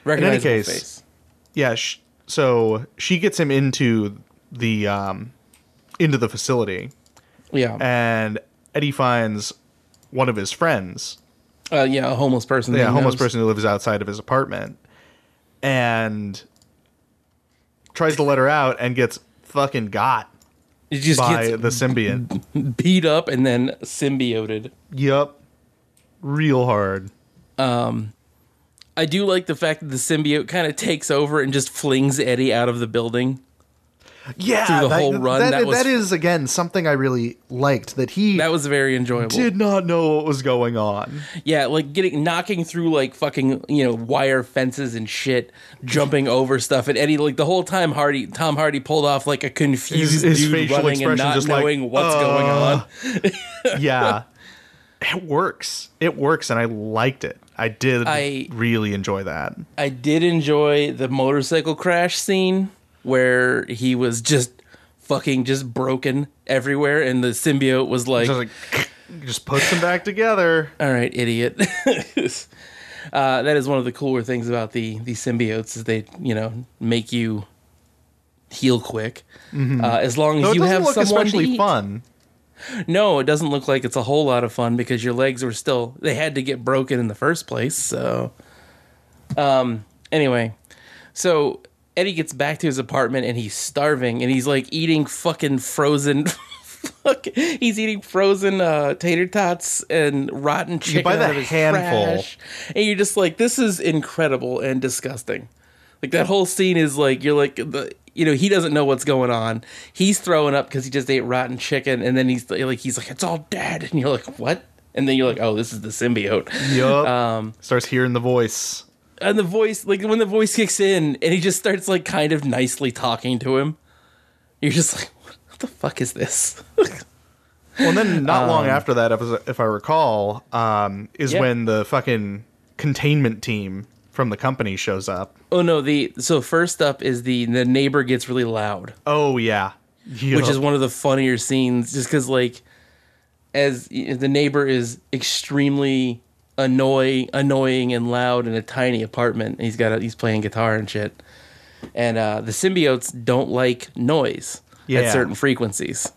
Speaker 2: Recognizable
Speaker 1: case-
Speaker 2: face.
Speaker 1: yeah sh- so she gets him into the um into the facility
Speaker 2: Yeah.
Speaker 1: and eddie finds one of his friends
Speaker 2: Uh, yeah. A homeless person. that
Speaker 1: yeah
Speaker 2: he
Speaker 1: a homeless
Speaker 2: knows.
Speaker 1: person who lives outside of his apartment and tries to let her out and gets fucking got
Speaker 2: It just
Speaker 1: by
Speaker 2: gets
Speaker 1: the symbiont
Speaker 2: beat up and then symbioted.
Speaker 1: yup real hard
Speaker 2: I do like the fact that the symbiote kind of takes over and just flings Eddie out of the building.
Speaker 4: Yeah,
Speaker 2: Through the whole run, that was-
Speaker 4: that is again something I really liked that he
Speaker 2: That was very enjoyable.
Speaker 1: did not know what was going on
Speaker 2: Yeah, like getting knocking through like fucking you know wire fences and shit, jumping over stuff. And Eddie, like the whole time, Hardy Tom Hardy pulled off like a confused
Speaker 1: His- his
Speaker 2: dude
Speaker 1: facial
Speaker 2: running and
Speaker 1: expression
Speaker 2: not
Speaker 1: just like,
Speaker 2: knowing what's going on.
Speaker 1: yeah it works it works and i liked it i did
Speaker 2: I-
Speaker 1: really enjoy that
Speaker 2: I did enjoy the motorcycle crash scene where he was just fucking just broken everywhere, and the symbiote was like,
Speaker 1: just like just puts them back together
Speaker 2: "All right, idiot." Uh, that is one of the cooler things about the the symbiotes is they you know make you heal quick uh, as long as
Speaker 1: so Mm-hmm. it
Speaker 2: you
Speaker 1: doesn't
Speaker 2: have
Speaker 1: look
Speaker 2: someone to
Speaker 1: especially
Speaker 2: eat.
Speaker 1: fun
Speaker 2: No, it doesn't look like it's a whole lot of fun because your legs were still they had to get broken in the first place. So um anyway, so Eddie gets back to his apartment and he's starving and he's like eating fucking frozen fuck he's eating frozen uh tater tots and rotten chicken
Speaker 1: buy
Speaker 2: out
Speaker 1: the
Speaker 2: of his
Speaker 1: handful.
Speaker 2: trash. And you're just like this is incredible and disgusting. Like that whole scene is like you're like the you know he doesn't know what's going on. He's throwing up because he just ate rotten chicken, and then he's like he's like it's all dead, and you're like what? And then you're like oh this is the symbiote.
Speaker 1: yup
Speaker 2: Um,
Speaker 1: starts hearing the voice
Speaker 2: And the voice like when the voice kicks in and he just starts like kind of nicely talking to him, you're just like what the fuck is this?
Speaker 1: well and then not long after that if, if i recall um is
Speaker 2: um, Yeah.
Speaker 1: when the fucking containment team from the company shows up
Speaker 2: oh no the so first up is the the neighbor gets really loud.
Speaker 1: oh yeah
Speaker 2: which is
Speaker 1: Yup.
Speaker 2: one of the funnier scenes just because like as y- the neighbor is extremely annoying, annoying and loud in a tiny apartment. He's got a, he's playing guitar and shit, and uh, the symbiotes don't like noise at
Speaker 1: Yeah.
Speaker 2: certain frequencies.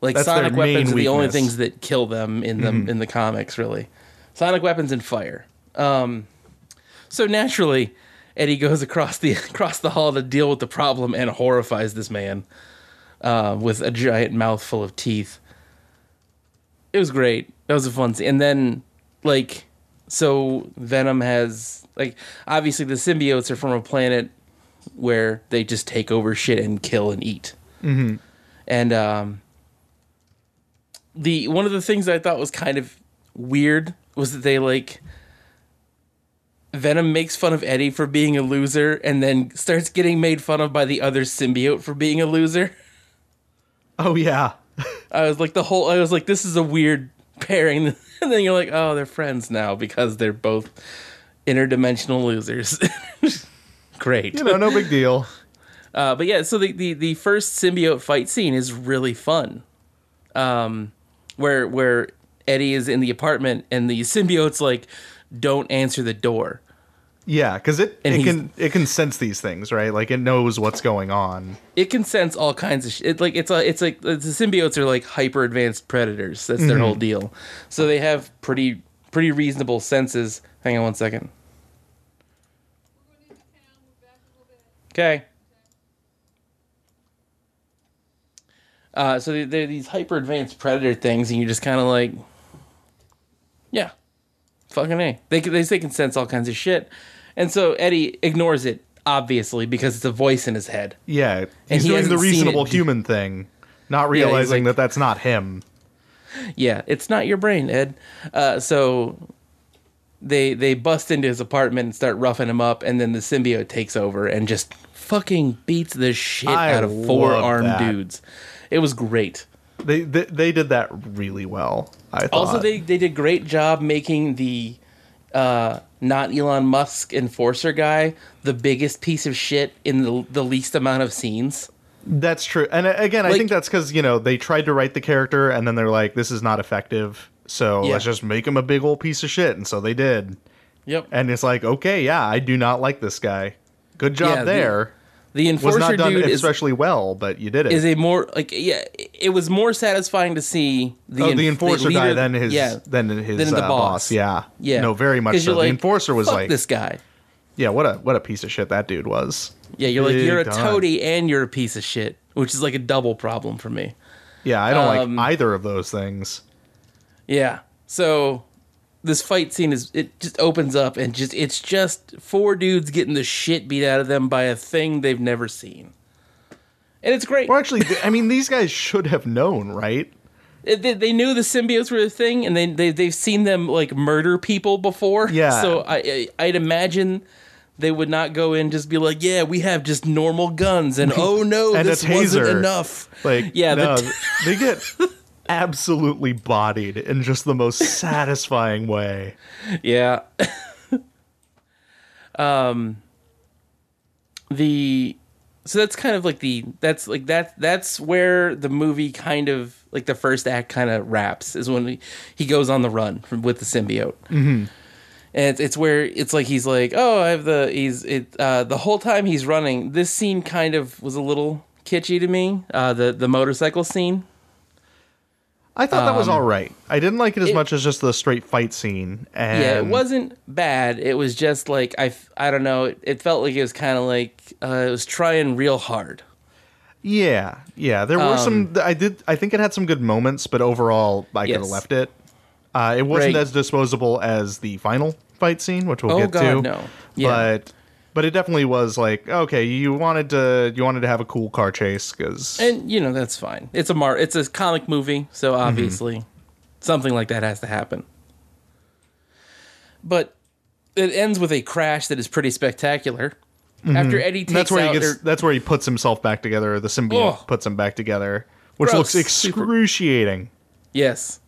Speaker 2: Like
Speaker 1: That's their
Speaker 2: sonic
Speaker 1: main
Speaker 2: weapons are the only
Speaker 1: weakness. Mm-hmm.
Speaker 2: things that kill them in the in the comics, really. Sonic weapons and fire. Um, So naturally, Eddie goes across the across the hall to deal with the problem and horrifies this man uh, with a giant mouthful of teeth. It was great. That was a fun scene. And then, like, so Venom has like obviously the symbiotes are from a planet where they just take over shit and kill and eat. Mm-hmm. And um, the one of the things I thought was kind of weird was that they like Venom makes fun of Eddie for being a loser and then starts getting made fun of by the other symbiote for being a loser.
Speaker 1: Oh yeah.
Speaker 2: I was like the whole I was like this is a weird pairing and then you're like oh they're friends now because they're both interdimensional losers. Great.
Speaker 1: You know, no big deal.
Speaker 2: Uh, but yeah, so the, the the first symbiote fight scene is really fun, um, where where Eddie is in the apartment and the symbiotes like don't answer the door.
Speaker 1: Yeah, because it
Speaker 2: And
Speaker 1: it
Speaker 2: he's-
Speaker 1: can it can sense these things, right? Like it knows what's going on.
Speaker 2: It can sense all kinds of shit. It, like it's a, it's like the symbiotes are like hyper advanced predators. That's their whole deal. So they have pretty pretty reasonable senses. Hang on one second. Okay. Uh, so they- they're these hyper advanced predator things, and you just kind of like, yeah, fucking a. They can, they they can sense all kinds of shit, and so Eddie ignores it obviously because it's a voice in his head.
Speaker 1: Yeah, he's
Speaker 2: he
Speaker 1: doing the
Speaker 2: hasn't seen
Speaker 1: reasonable
Speaker 2: it.
Speaker 1: human thing, not
Speaker 2: he's
Speaker 1: realizing
Speaker 2: like-
Speaker 1: that that's not him.
Speaker 2: Yeah, it's not your brain, Ed. Uh, so they they bust into his apartment and start roughing him up, and then the symbiote takes over and just fucking beats the shit
Speaker 1: I
Speaker 2: out of four
Speaker 1: love
Speaker 2: armed
Speaker 1: that.
Speaker 2: dudes. It was great.
Speaker 1: They, they they did that really well. I thought.
Speaker 2: Also, they they did a great job making the uh, not Elon Musk enforcer guy the biggest piece of shit in the, the least amount of scenes.
Speaker 1: That's true. And uh, again, I
Speaker 2: Like-
Speaker 1: think that's because, you know, they tried to write the character and then they're like, this is not effective. So
Speaker 2: Yeah.
Speaker 1: let's just make him a big old piece of shit. And so they did.
Speaker 2: Yep.
Speaker 1: And it's like, okay, yeah, I do not like this guy. Good job
Speaker 2: Yeah, the
Speaker 1: there.
Speaker 2: the
Speaker 1: Was
Speaker 2: enforcer
Speaker 1: not done
Speaker 2: dude is
Speaker 1: especially well, but you did it.
Speaker 2: is a more like yeah. It was more satisfying to see the
Speaker 1: oh,
Speaker 2: en-
Speaker 1: the enforcer
Speaker 2: leader-
Speaker 1: guy than his
Speaker 2: yeah.
Speaker 1: than his
Speaker 2: than the
Speaker 1: uh, boss.
Speaker 2: boss.
Speaker 1: Yeah.
Speaker 2: Yeah.
Speaker 1: No, very much
Speaker 2: 'Cause
Speaker 1: so.
Speaker 2: you're
Speaker 1: the
Speaker 2: like,
Speaker 1: enforcer was
Speaker 2: "Fuck
Speaker 1: like
Speaker 2: this guy.
Speaker 1: Yeah, what a what a piece of shit that dude was.
Speaker 2: Yeah, you're like,
Speaker 1: Big
Speaker 2: you're a
Speaker 1: time.
Speaker 2: toady and you're a piece of shit, which is like a double problem for me.
Speaker 1: Yeah, I don't
Speaker 2: Um,
Speaker 1: like either of those things.
Speaker 2: Yeah. So this fight scene is it just opens up and just it's just four dudes getting the shit beat out of them by a thing they've never seen. And it's great.
Speaker 1: Well actually th- I mean these guys should have known, right?
Speaker 2: It- They, they knew the symbiotes were a thing, and they, they they've seen them like murder people before.
Speaker 1: Yeah.
Speaker 2: So I, I I'd imagine they would not go in and just be like, yeah, we have just normal guns, and oh no,
Speaker 1: And a
Speaker 2: this wasn't
Speaker 1: taser.
Speaker 2: enough.
Speaker 1: Like,
Speaker 2: yeah,
Speaker 1: yeah,
Speaker 2: the
Speaker 1: no,
Speaker 2: t-
Speaker 1: they get absolutely bodied in just the most satisfying way.
Speaker 2: Yeah. um the so that's kind of like the that's like that that's where the movie kind of like the first act kind of wraps is when he, he goes on the run from, with the symbiote. Mm-hmm. And it's, it's where it's like he's like, "Oh, I have the he's it uh the whole time he's running. This scene kind of was a little kitschy to me. Uh the the motorcycle scene.
Speaker 1: I thought that was all right. I didn't like it as
Speaker 2: Um, it-
Speaker 1: much as just the straight fight scene. And
Speaker 2: Yeah, it wasn't bad. It was just like I, f- I don't know. It, it felt like it was kind of like uh, it was trying real hard.
Speaker 1: Yeah, yeah. There were some. I did. I think it had some good moments, but overall, I could have
Speaker 2: Um, Yes.
Speaker 1: left it. Uh, it wasn't
Speaker 2: Right.
Speaker 1: as disposable as the final fight scene, which we'll
Speaker 2: Oh,
Speaker 1: get
Speaker 2: God,
Speaker 1: to.
Speaker 2: no. Yeah.
Speaker 1: But but it definitely was like okay, you wanted to you wanted to have a cool car chase because
Speaker 2: And you know that's fine. It's a mar. It's a comic movie,
Speaker 1: Mm-hmm.
Speaker 2: so obviously something like that has to happen. But it ends with a crash that is pretty spectacular. After Eddie takes
Speaker 1: Mm-hmm. that's where
Speaker 2: out,
Speaker 1: he gets
Speaker 2: or-
Speaker 1: that's where he puts himself back together or the symbiote
Speaker 2: Ugh.
Speaker 1: puts him back together which
Speaker 2: Gross.
Speaker 1: looks
Speaker 2: Super-
Speaker 1: excruciating
Speaker 2: yes,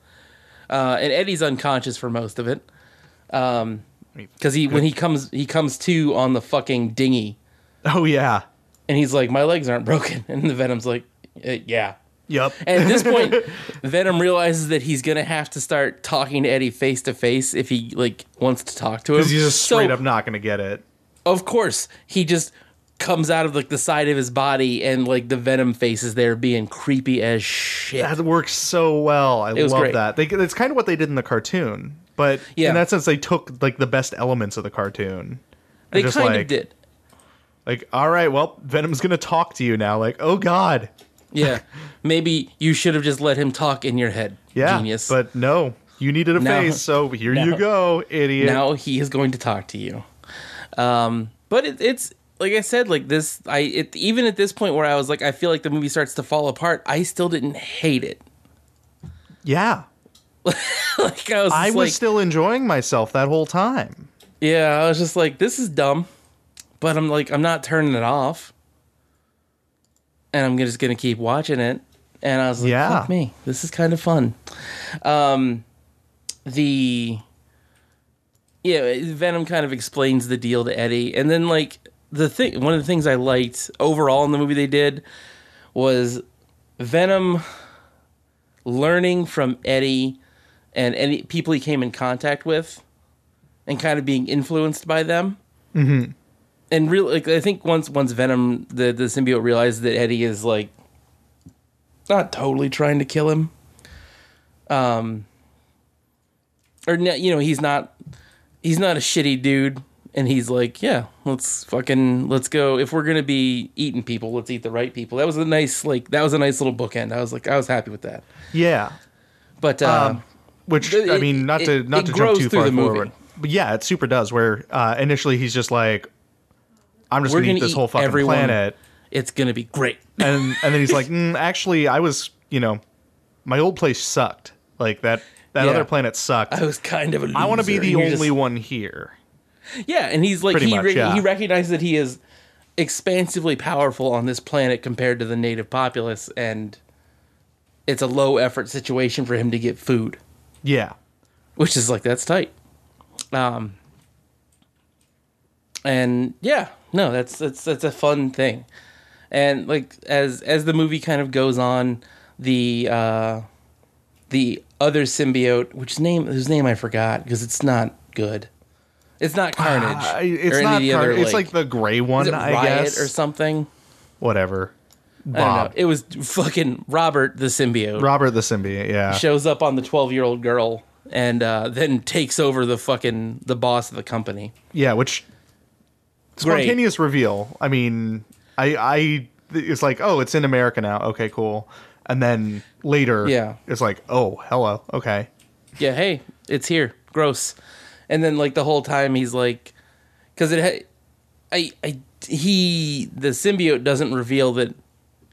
Speaker 2: uh, and Eddie's unconscious for most of it.
Speaker 1: I mean,
Speaker 2: Because he, when he comes, he comes to on the fucking dinghy
Speaker 1: oh yeah
Speaker 2: And he's like, my legs aren't broken. And the Venom's like, "Uh, yeah.
Speaker 1: Yep.
Speaker 2: And at this point, Venom realizes that he's gonna have to start talking to Eddie face to face if he like wants to talk to him.
Speaker 1: Because he's just
Speaker 2: So,
Speaker 1: straight up not going to get it.
Speaker 2: Of course, he just comes out of like the side of his body, and like the Venom face is there, being creepy as shit.
Speaker 1: That works so well. I
Speaker 2: was
Speaker 1: love
Speaker 2: great.
Speaker 1: that. They, it's kind of what they did in the cartoon, but
Speaker 2: Yeah.
Speaker 1: in that sense, they took like the best elements of the cartoon.
Speaker 2: they
Speaker 1: just
Speaker 2: kind
Speaker 1: like-
Speaker 2: of did.
Speaker 1: Like, all right, well, Venom's going to talk to you now. Like, oh god,
Speaker 2: Yeah, maybe you should have just let him talk in your head.
Speaker 1: yeah,
Speaker 2: genius.
Speaker 1: But no, you needed a
Speaker 2: No.
Speaker 1: face, so here
Speaker 2: No.
Speaker 1: you go, idiot.
Speaker 2: now he is going to talk to you. Um, but it, it's like I said, like this. I it, even at this point where I was like, I feel like the movie starts to fall apart. I still didn't hate it.
Speaker 1: Yeah,
Speaker 2: Like I was,
Speaker 1: I
Speaker 2: just
Speaker 1: was
Speaker 2: like,
Speaker 1: still enjoying myself that whole time.
Speaker 2: yeah, I was just like, this is dumb, but I'm like, I'm not turning it off, and I'm just gonna keep watching it. And I was like,
Speaker 1: Yeah.
Speaker 2: fuck me, this is kind of fun. Um, the yeah, Venom kind of explains the deal to Eddie, and then like the thing, one of the things I liked overall in the movie they did was Venom learning from Eddie and any people he came in contact with, and kind of being influenced by them. Mm-hmm. And real, like I think once once Venom the the symbiote realizes that Eddie is like not totally trying to kill him, um, or ne- you know he's not he's not a shitty dude and he's like yeah let's fucking let's go if we're gonna be eating people let's eat the right people that was a nice like that was a nice little bookend i was like i was happy with that
Speaker 1: Yeah,
Speaker 2: but uh,
Speaker 1: Um, which
Speaker 2: it-
Speaker 1: I mean, not to
Speaker 2: it-
Speaker 1: not
Speaker 2: it
Speaker 1: to
Speaker 2: grows
Speaker 1: jump too
Speaker 2: through
Speaker 1: far
Speaker 2: the movie.
Speaker 1: forward, but yeah, it super does. Where uh, initially he's just like, "I'm just
Speaker 2: We're
Speaker 1: gonna, eat
Speaker 2: gonna
Speaker 1: this
Speaker 2: eat
Speaker 1: whole fucking
Speaker 2: everyone.
Speaker 1: planet,"
Speaker 2: it's gonna be great
Speaker 1: and and then he's like, mm, "Actually, I was, you know, my old place sucked. Like that that
Speaker 2: Yeah.
Speaker 1: other planet sucked.
Speaker 2: i was kind of a
Speaker 1: I want to
Speaker 2: loser.
Speaker 1: be the
Speaker 2: And
Speaker 1: only
Speaker 2: you're just-
Speaker 1: one here."
Speaker 2: yeah and he's like
Speaker 1: Pretty
Speaker 2: he,
Speaker 1: much,
Speaker 2: re-
Speaker 1: yeah.
Speaker 2: he recognizes that he is expansively powerful on this planet compared to the native populace and it's a low effort situation for him to get food
Speaker 1: Yeah,
Speaker 2: which is like that's tight. Um, and yeah, no, that's that's that's a fun thing. And like as as the movie kind of goes on, the uh, the other symbiote, which name whose name I forgot because it's not good. It's not Carnage.
Speaker 1: Uh,
Speaker 2: or
Speaker 1: it's
Speaker 2: any
Speaker 1: not.
Speaker 2: of the
Speaker 1: Car-
Speaker 2: other,
Speaker 1: it's like the gray one,
Speaker 2: is it
Speaker 1: I
Speaker 2: Riot
Speaker 1: guess,
Speaker 2: or something.
Speaker 1: whatever.
Speaker 2: I don't know.
Speaker 1: Bob,
Speaker 2: It was fucking Robert the symbiote.
Speaker 1: Robert the symbiote. Yeah,
Speaker 2: shows up on the 12 year old girl and uh, then takes over the fucking the boss of the company
Speaker 1: yeah, which
Speaker 2: Great.
Speaker 1: spontaneous reveal. I mean, I I it's like, oh, it's in America now. Okay, cool. And then later,
Speaker 2: Yeah.
Speaker 1: it's like, oh, hello. Okay,
Speaker 2: yeah hey it's here gross and then like the whole time he's like because it ha- I, I he the symbiote doesn't reveal that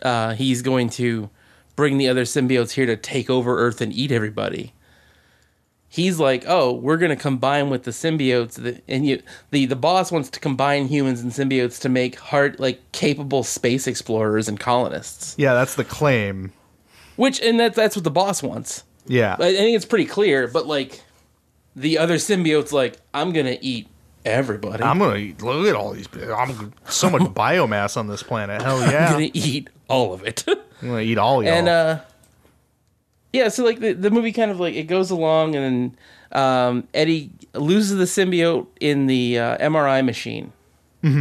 Speaker 2: uh, he's going to bring the other symbiotes here to take over earth and eat everybody he's like oh we're going to combine with the symbiotes that, and you the, the boss wants to combine humans and symbiotes to make heart like capable space explorers and colonists
Speaker 1: yeah, that's the claim.
Speaker 2: which and that's that's what the boss wants
Speaker 1: Yeah,
Speaker 2: I I think it's pretty clear, but like the other symbiote's like, I'm gonna eat everybody.
Speaker 1: I'm gonna eat, look at all these. I'm so much biomass on this planet. Hell yeah,
Speaker 2: I'm
Speaker 1: I'm
Speaker 2: gonna eat all of it.
Speaker 1: gonna eat all y'all.
Speaker 2: and uh yeah, so like the, the movie kind of like it goes along and then um Eddie loses the symbiote in the uh, MRI machine.
Speaker 1: oh,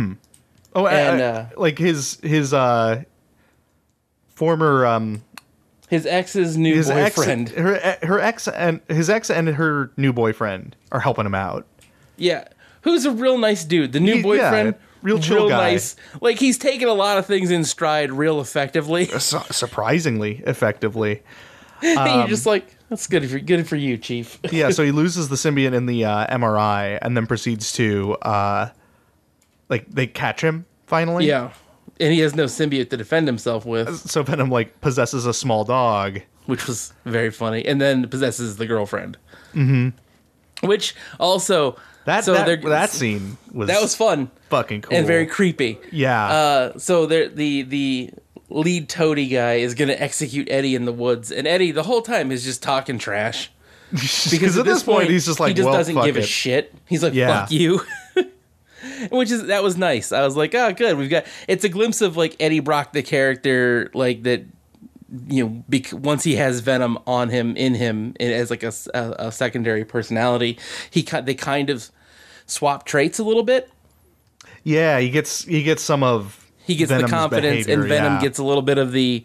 Speaker 1: I-
Speaker 2: and,
Speaker 1: I-
Speaker 2: uh,
Speaker 1: like his his uh former um
Speaker 2: His ex's new
Speaker 1: his
Speaker 2: boyfriend.
Speaker 1: ex her e, her ex and his ex and her new boyfriend are helping him out.
Speaker 2: Yeah. Who's a real nice dude. The new
Speaker 1: He- yeah,
Speaker 2: boyfriend.
Speaker 1: real chill guy.
Speaker 2: Like he's taken a lot of things in stride real effectively.
Speaker 1: Su- surprisingly effectively. Um,
Speaker 2: and you're just like, that's good for good for you, Chief.
Speaker 1: yeah, so he loses the symbiote in the uh, MRI and then proceeds to uh like they catch him finally.
Speaker 2: Yeah. And he has no symbiote to defend himself with,
Speaker 1: So Venom like possesses a small dog.
Speaker 2: which was very funny. And then possesses the girlfriend. Mm-hmm. Which also
Speaker 1: That
Speaker 2: so they're-
Speaker 1: that, that scene was
Speaker 2: that was fun
Speaker 1: fucking cool.
Speaker 2: and very creepy.
Speaker 1: Yeah.
Speaker 2: Uh, so there the the lead toady guy is gonna execute Eddie in the woods, and Eddie the whole time is just talking trash.
Speaker 1: because at this point, he's just like
Speaker 2: he just
Speaker 1: well,
Speaker 2: doesn't
Speaker 1: fuck
Speaker 2: give a
Speaker 1: it.
Speaker 2: shit. He's like
Speaker 1: Yeah.
Speaker 2: fuck you. Which is that was "Ah, nice. I was like, oh, good. We've got it's a glimpse of like Eddie Brock, the character, like that you know bec- once he has venom on him in him it- as like a, s- a- a secondary personality he ki- they kind of swap traits a little bit
Speaker 1: Yeah, he gets he gets some of
Speaker 2: he gets
Speaker 1: Venom's
Speaker 2: the confidence
Speaker 1: behavior,
Speaker 2: and venom
Speaker 1: yeah.
Speaker 2: gets a little bit of the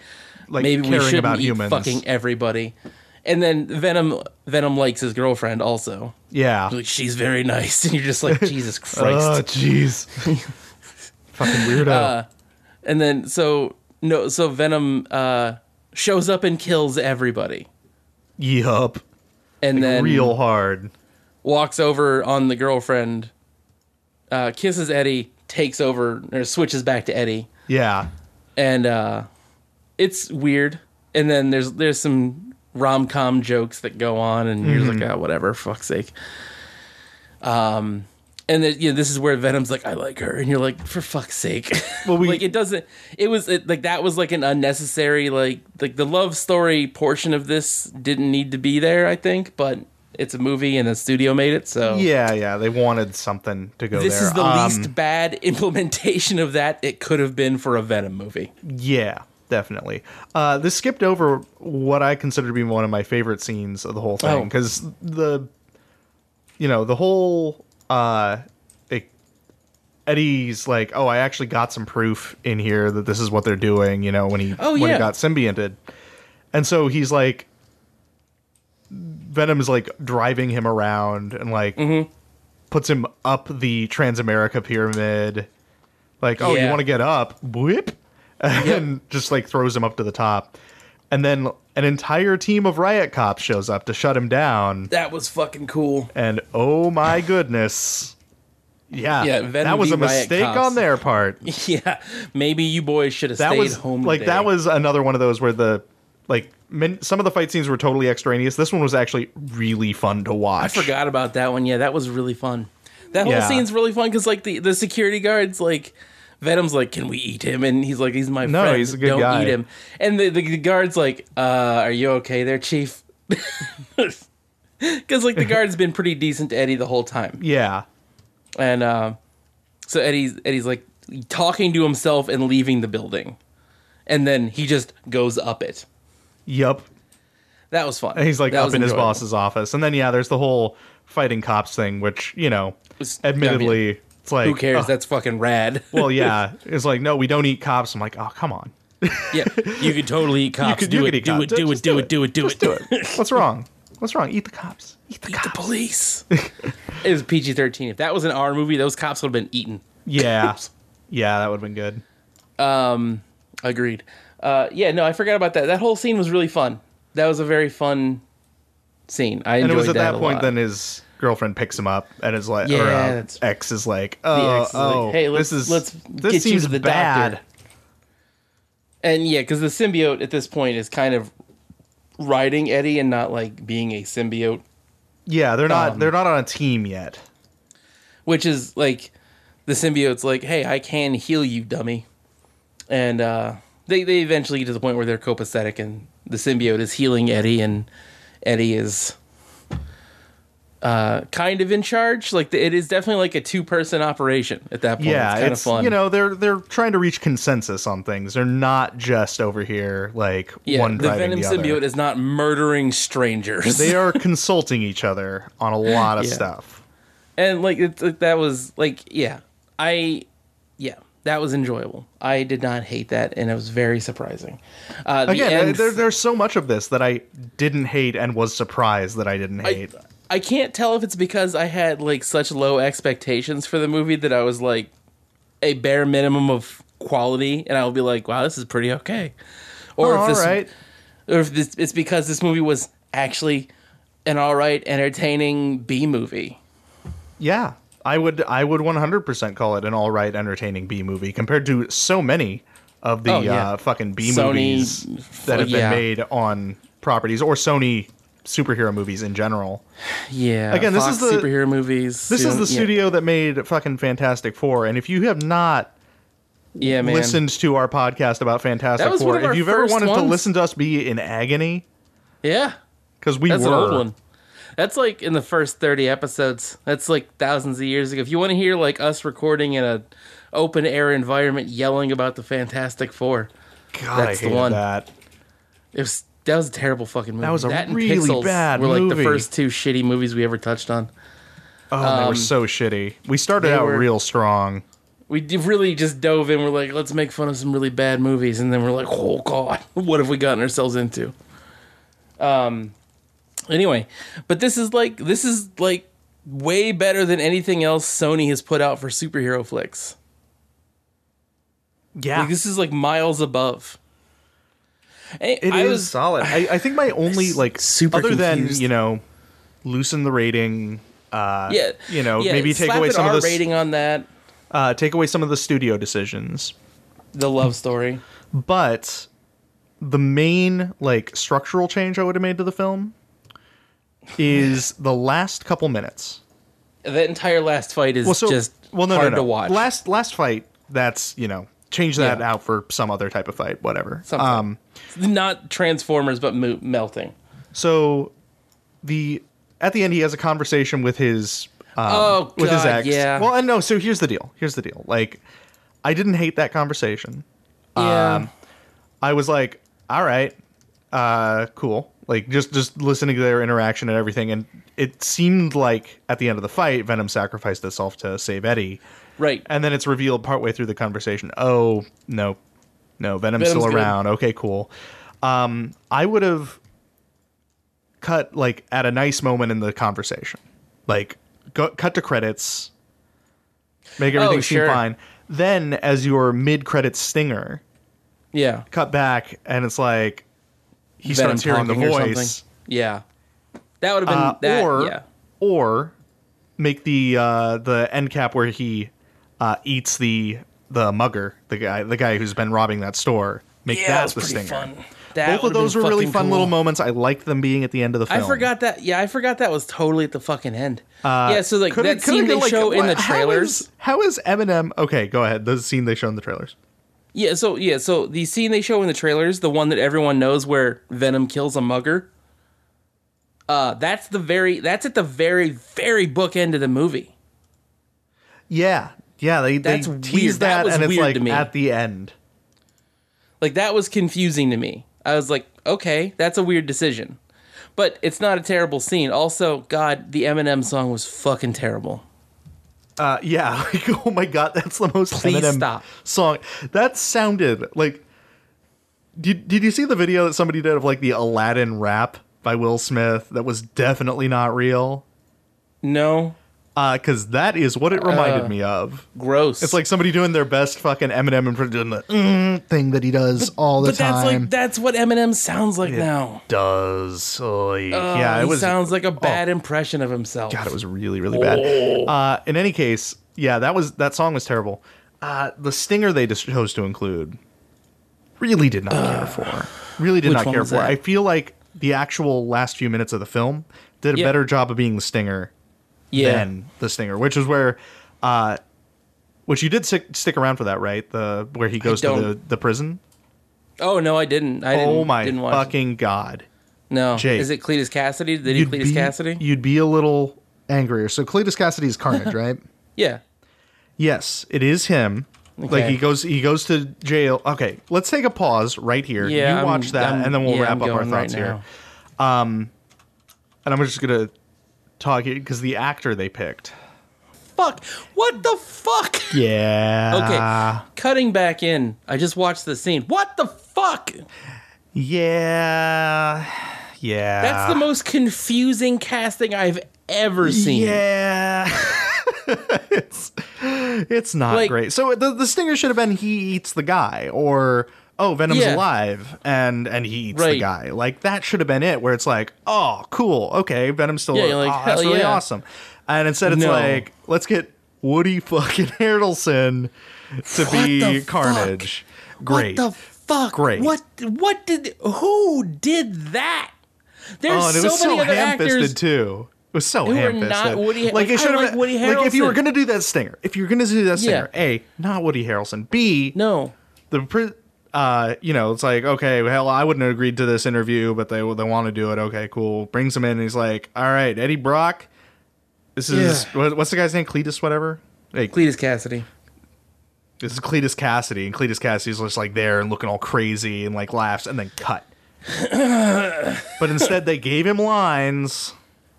Speaker 1: Like,
Speaker 2: maybe we
Speaker 1: caring
Speaker 2: shouldn't
Speaker 1: about
Speaker 2: eat
Speaker 1: humans.
Speaker 2: fucking everybody and then venom venom likes his girlfriend also
Speaker 1: yeah.
Speaker 2: like she's very nice and you're just like jesus christ Uh,
Speaker 1: Oh jeez, fucking weirdo.
Speaker 2: and then so no so venom uh shows up and kills everybody
Speaker 1: yup,
Speaker 2: and then
Speaker 1: real hard.
Speaker 2: walks over on the girlfriend uh kisses eddie takes over or switches back to eddie
Speaker 1: Yeah,
Speaker 2: and uh it's weird and then there's there's some rom-com jokes that go on and you're
Speaker 1: Mm-hmm.
Speaker 2: like oh whatever fuck's sake um and then you know, this is where Venom's like, I like her, and you're like, for fuck's sake.
Speaker 1: Well, we-
Speaker 2: like it doesn't. It was it, like that was like an unnecessary like like the love story portion of this didn't need to be there. I think, but it's a movie and the studio made it, so
Speaker 1: yeah, yeah. They wanted something to go
Speaker 2: Oh. This
Speaker 1: there.
Speaker 2: is the
Speaker 1: Um,
Speaker 2: least bad implementation of that it could have been for a Venom movie.
Speaker 1: Yeah, definitely. Uh, this skipped over what I consider to be one of my favorite scenes of the whole thing
Speaker 2: Oh.
Speaker 1: because the, you know, the whole uh, it, Eddie's like, oh, I actually got some proof in here that this is what they're doing. You know, when he
Speaker 2: Oh,
Speaker 1: when
Speaker 2: yeah.
Speaker 1: he got symbionted, and so he's like, Venom is like driving him around and like
Speaker 2: Mm-hmm.
Speaker 1: puts him up the Transamerica pyramid. Like, oh, you
Speaker 2: Yeah.
Speaker 1: want to get up? Whip, and just like throws him up to the top, and then an entire team of riot cops shows up to shut him down.
Speaker 2: That was fucking cool.
Speaker 1: And oh my goodness, yeah,
Speaker 2: Yeah, Venom
Speaker 1: that was
Speaker 2: v.
Speaker 1: a
Speaker 2: Riot
Speaker 1: mistake
Speaker 2: Cops.
Speaker 1: on their part.
Speaker 2: Yeah, maybe you boys should have
Speaker 1: That
Speaker 2: stayed
Speaker 1: was
Speaker 2: home.
Speaker 1: like
Speaker 2: today.
Speaker 1: that was another one of those where the like min- some of the fight scenes were totally extraneous. This one was actually really fun to watch.
Speaker 2: I forgot about that one. Yeah, that was really fun. That whole
Speaker 1: Yeah.
Speaker 2: scene's really fun because like the the security guards like. Venom's like, can we eat him? And he's like, he's my
Speaker 1: No,
Speaker 2: friend.
Speaker 1: he's a good
Speaker 2: Don't
Speaker 1: guy."
Speaker 2: eat him. And the, the, the guard's like, uh, are you okay there, chief? Because like the guard's been pretty decent to Eddie the whole time.
Speaker 1: Yeah.
Speaker 2: and uh, so Eddie's Eddie's like talking to himself and leaving the building, and then he just goes up it.
Speaker 1: Yup.
Speaker 2: That was fun.
Speaker 1: And he's like
Speaker 2: That
Speaker 1: up
Speaker 2: was
Speaker 1: in his
Speaker 2: enjoyable.
Speaker 1: boss's office. And then yeah, there's the whole fighting cops thing, which, you know,
Speaker 2: It's-
Speaker 1: admittedly
Speaker 2: I
Speaker 1: it's like
Speaker 2: Who cares?
Speaker 1: "Oh,
Speaker 2: That's fucking rad.
Speaker 1: well, yeah. It's like, no, we don't eat cops. I'm like, oh come on.
Speaker 2: yeah, you could totally eat cops.
Speaker 1: could-
Speaker 2: do,
Speaker 1: you
Speaker 2: it,
Speaker 1: could eat
Speaker 2: do,
Speaker 1: cops.
Speaker 2: it, do, it,
Speaker 1: Just
Speaker 2: do
Speaker 1: do
Speaker 2: it. Do it. Do it.
Speaker 1: Do it. What's wrong? What's wrong? Eat the cops. Eat the
Speaker 2: Eat the
Speaker 1: cops.
Speaker 2: police. it was PG thirteen. If that was an R movie, those cops would have been eaten.
Speaker 1: Yeah. yeah, that would have been good.
Speaker 2: Um, agreed. Uh, yeah, no, I forgot about that. That whole scene was really fun. That was a very fun scene. I enjoyed
Speaker 1: and it was at that,
Speaker 2: a
Speaker 1: point
Speaker 2: lot.
Speaker 1: then his girlfriend picks him up and is like
Speaker 2: Yeah,
Speaker 1: or, uh,
Speaker 2: that's-
Speaker 1: ex is like oh,
Speaker 2: ex is like,
Speaker 1: oh
Speaker 2: "Hey, let's-
Speaker 1: this is
Speaker 2: let's
Speaker 1: this
Speaker 2: get you
Speaker 1: seems
Speaker 2: to the
Speaker 1: bad
Speaker 2: doctor." And yeah, because the symbiote at this point is kind of riding Eddie and not like being a symbiote,
Speaker 1: yeah they're not
Speaker 2: Um,
Speaker 1: they're not on a team yet
Speaker 2: which is like the symbiote's like, hey, I can heal you, dummy. And uh, they, they eventually get to the point where they're copacetic and the symbiote is healing Eddie and Eddie is uh, kind of in charge. Like it is definitely like a two person operation at that point.
Speaker 1: yeah
Speaker 2: it's kind of fun.
Speaker 1: you know they're they're trying to reach consensus on things they're not just over here like
Speaker 2: yeah,
Speaker 1: one
Speaker 2: the
Speaker 1: driving
Speaker 2: Venom
Speaker 1: the,
Speaker 2: symbiote
Speaker 1: other
Speaker 2: is not murdering strangers.
Speaker 1: they are consulting each other on a lot of
Speaker 2: Yeah.
Speaker 1: stuff
Speaker 2: and like it's like that was like yeah i yeah that was enjoyable i did not hate that and it was very surprising uh the
Speaker 1: again
Speaker 2: end-
Speaker 1: there, there's so much of this that i didn't hate and was surprised that i didn't hate
Speaker 2: i can't tell if it's because i had like such low expectations for the movie that i was like a bare minimum of quality and i'll be like wow this is pretty okay or
Speaker 1: Oh,
Speaker 2: if this
Speaker 1: all right
Speaker 2: or if this it's because this movie was actually an all right entertaining b movie
Speaker 1: Yeah, I would I would 100% call it an all right entertaining B movie compared to so many of the
Speaker 2: Oh, yeah.
Speaker 1: uh, fucking B
Speaker 2: Sony-
Speaker 1: movies that have been
Speaker 2: yeah.
Speaker 1: made on properties or Sony superhero movies in general.
Speaker 2: yeah
Speaker 1: Again, this is
Speaker 2: Fox
Speaker 1: the-
Speaker 2: superhero movies
Speaker 1: This is
Speaker 2: soon-
Speaker 1: the
Speaker 2: yeah.
Speaker 1: studio that made fucking Fantastic 4 and if you have not
Speaker 2: yeah man
Speaker 1: listened to our podcast about Fantastic
Speaker 2: That was
Speaker 1: 4,
Speaker 2: one of
Speaker 1: if
Speaker 2: our
Speaker 1: you've ever
Speaker 2: first
Speaker 1: wanted to
Speaker 2: ones.
Speaker 1: listen to us be in agony
Speaker 2: yeah
Speaker 1: cuz we
Speaker 2: That's
Speaker 1: were
Speaker 2: an old one. That's like in the first thirty episodes. That's like thousands of years ago. If you want to hear like us recording in a open air environment, yelling about the Fantastic Four,
Speaker 1: God,
Speaker 2: That's
Speaker 1: I
Speaker 2: the
Speaker 1: hated
Speaker 2: one.
Speaker 1: that.
Speaker 2: It was that was a terrible fucking movie. That
Speaker 1: was a
Speaker 2: and
Speaker 1: really
Speaker 2: Pixels
Speaker 1: bad
Speaker 2: Were like the
Speaker 1: movie.
Speaker 2: first two shitty movies we ever touched on.
Speaker 1: Oh, they were so shitty. We started
Speaker 2: Um, they
Speaker 1: out
Speaker 2: were-
Speaker 1: real strong.
Speaker 2: We d- really just dove in. We're like, let's make fun of some really bad movies, and then we're like, oh god, what have we gotten ourselves into? Um. Anyway, but this is like this is like way better than anything else Sony has put out for superhero flicks.
Speaker 1: Yeah,
Speaker 2: Like, this is like miles above. Hey,
Speaker 1: It is
Speaker 2: I was-
Speaker 1: solid. I, I think my only like
Speaker 2: super
Speaker 1: other
Speaker 2: confused.
Speaker 1: than you know loosen the rating, uh,
Speaker 2: yeah,
Speaker 1: you know
Speaker 2: yeah,
Speaker 1: maybe take
Speaker 2: slap
Speaker 1: away
Speaker 2: an
Speaker 1: some
Speaker 2: R
Speaker 1: of the s-
Speaker 2: rating on that.
Speaker 1: uh, take away some of the studio decisions,
Speaker 2: The love story.
Speaker 1: but the main like structural change I would have made to the film
Speaker 2: Oh,
Speaker 1: is the last couple minutes.
Speaker 2: The entire last fight is just hard to watch.
Speaker 1: Last last fight, that's you know change that
Speaker 2: Yeah.
Speaker 1: out for some other type of fight, whatever. Um,
Speaker 2: Something. Not Transformers, but mo- melting.
Speaker 1: So the at the end he has a conversation with his um,
Speaker 2: Oh,
Speaker 1: with his
Speaker 2: God,
Speaker 1: ex.
Speaker 2: yeah.
Speaker 1: Well, and no, so here's the deal. Here's the deal. Like I didn't hate that conversation.
Speaker 2: Yeah.
Speaker 1: I was like, all right, uh, cool. Like just just listening to their interaction and everything, and it seemed like at the end of the fight, Venom sacrificed himself to save Eddie,
Speaker 2: right.
Speaker 1: and then it's revealed partway through the conversation. Oh no, no, Venom's,
Speaker 2: Venom's
Speaker 1: still
Speaker 2: good.
Speaker 1: around. Okay, cool. Um, I would have cut like at a nice moment in the conversation, like go, cut to credits, make everything seem
Speaker 2: Oh, sure.
Speaker 1: fine. Then, as your mid-credits stinger,
Speaker 2: yeah.
Speaker 1: cut back and it's like he
Speaker 2: Venom
Speaker 1: starts hearing the
Speaker 2: talking or
Speaker 1: voice
Speaker 2: something. Yeah. That would have been
Speaker 1: Uh,
Speaker 2: that.
Speaker 1: or
Speaker 2: yeah.
Speaker 1: or make the uh the end cap where he uh eats the the mugger the guy the guy who's been robbing that store make
Speaker 2: Yeah,
Speaker 1: that,
Speaker 2: that was
Speaker 1: the
Speaker 2: pretty
Speaker 1: stinger
Speaker 2: fun. That
Speaker 1: both of
Speaker 2: would've been
Speaker 1: those were really
Speaker 2: fucking
Speaker 1: fun
Speaker 2: cool.
Speaker 1: little moments i liked them being at the end of the
Speaker 2: I
Speaker 1: film
Speaker 2: forgot that. Yeah, I forgot that was totally at the fucking end. yeah, so like
Speaker 1: Could it-
Speaker 2: that
Speaker 1: could it
Speaker 2: scene
Speaker 1: been
Speaker 2: they
Speaker 1: like-
Speaker 2: show in the
Speaker 1: what- how
Speaker 2: trailers.
Speaker 1: is- how is, eminem okay go ahead the scene they show in the trailers
Speaker 2: Yeah, so yeah, so the scene they show in the trailers, the one that everyone knows where Venom kills a mugger. Uh, that's the very that's at the very very book end of the movie.
Speaker 1: yeah yeah they, they
Speaker 2: That's
Speaker 1: tease
Speaker 2: weird. That
Speaker 1: that,
Speaker 2: was
Speaker 1: and it's
Speaker 2: weird
Speaker 1: like
Speaker 2: to me.
Speaker 1: at the end
Speaker 2: Like that was confusing to me. I was like, okay, that's a weird decision. But it's not a terrible scene. Also, god, the Eminem song was fucking terrible.
Speaker 1: Uh, yeah, like, oh my god, that's the most
Speaker 2: Please
Speaker 1: Eminem
Speaker 2: stop.
Speaker 1: song. That sounded like. Did Did you see the video that somebody did of like the Aladdin rap by Will Smith? That was definitely not real.
Speaker 2: No,
Speaker 1: Uh, cause that is what it reminded
Speaker 2: Uh.
Speaker 1: me of.
Speaker 2: gross.
Speaker 1: It's like somebody doing their best fucking Eminem and doing the mm,
Speaker 4: thing that he does all the
Speaker 2: but
Speaker 4: time.
Speaker 2: that's like that's what Eminem sounds like now.
Speaker 1: does. Oh, yeah,
Speaker 2: Yeah,
Speaker 1: it
Speaker 2: he
Speaker 1: was. oh.
Speaker 2: sounds like a bad impression of himself.
Speaker 1: God, it was really, really bad.
Speaker 2: Oh.
Speaker 1: Uh, in any case, yeah, that was that song was terrible. Uh, the stinger they just chose to include really did not care for. Really did
Speaker 2: Which
Speaker 1: not
Speaker 2: one
Speaker 1: care
Speaker 2: was
Speaker 1: for.
Speaker 2: that?
Speaker 1: I feel like the actual last few minutes of the film did a
Speaker 2: Yeah.
Speaker 1: better job of being the stinger
Speaker 2: yeah.
Speaker 1: than the stinger, which is where, uh, which you did stick, stick around for that, right? The where he goes to the,
Speaker 2: don't-
Speaker 1: the prison.
Speaker 2: Oh no, I didn't. I didn't,
Speaker 1: oh my
Speaker 2: didn't watch it.
Speaker 1: fucking god!
Speaker 2: No.
Speaker 1: Jake.
Speaker 2: Is it Cletus Cassidy? Did he Cletus
Speaker 1: be
Speaker 2: Cassidy?
Speaker 1: you'd be a little
Speaker 4: Angrier. So Cletus Cassidy is Carnage, right?
Speaker 2: yeah.
Speaker 1: Yes, it is him. Like
Speaker 2: Okay.
Speaker 1: he goes he goes to jail. Okay, let's take a pause right here.
Speaker 2: Yeah.
Speaker 1: you watch
Speaker 2: I'm-
Speaker 1: that
Speaker 2: I'm-
Speaker 1: and then we'll
Speaker 2: yeah,
Speaker 1: wrap
Speaker 2: I'm
Speaker 1: up our
Speaker 2: going right
Speaker 1: thoughts here.
Speaker 2: now.
Speaker 1: Um and I'm just going to talk here cuz the actor they picked.
Speaker 2: Fuck. What the fuck? Okay.
Speaker 1: Yeah.
Speaker 2: Cutting back in. I just watched the scene. What the fuck?
Speaker 1: Yeah. Yeah.
Speaker 2: That's the most confusing casting I've ever seen.
Speaker 1: Yeah. it's it's not
Speaker 2: Like-
Speaker 1: great. So the the stinger should have been he eats the guy or oh Venom's
Speaker 2: Yeah.
Speaker 1: alive and and he eats the
Speaker 2: Right.
Speaker 1: guy. Like that should have been it where it's like, "Oh, cool. Okay, Venom's still
Speaker 2: Yeah,
Speaker 1: alive.
Speaker 2: you're like,
Speaker 1: oh, that's
Speaker 2: hell
Speaker 1: really
Speaker 2: yeah."
Speaker 1: awesome." And instead it's
Speaker 2: No.
Speaker 1: like, "Let's get Woody fucking Harrelson to
Speaker 2: What the
Speaker 1: be
Speaker 2: fuck?
Speaker 1: Carnage."
Speaker 2: What
Speaker 1: Great.
Speaker 2: the fuck?
Speaker 1: Great.
Speaker 2: What what did who did that? There's
Speaker 1: Oh, and it
Speaker 2: so
Speaker 1: was
Speaker 2: many
Speaker 1: so
Speaker 2: other
Speaker 1: ham-fisted
Speaker 2: actors.
Speaker 1: too. It was so
Speaker 2: were
Speaker 1: ham-fisted.
Speaker 2: not Woody- like,
Speaker 1: it
Speaker 2: I
Speaker 1: should've
Speaker 2: like
Speaker 1: been-
Speaker 2: Woody
Speaker 1: Like if you were
Speaker 2: Harrelson.
Speaker 1: gonna do that stinger, if you're gonna do that stinger,
Speaker 2: Yeah.
Speaker 1: a not Woody Harrelson. B
Speaker 2: No.
Speaker 1: the pri- uh you know it's like okay hell I wouldn't have agreed to this interview, but they they want to do it. Okay, cool. Brings him in. and He's like, all right, Eddie Brock. This is what, what's the guy's name? Cletus, whatever. Hey,
Speaker 2: Cletus Cassidy.
Speaker 1: this is Cletus Cassidy, and Cletus Cassidy's just like there and looking all crazy and like laughs, and then cut. but instead they gave him lines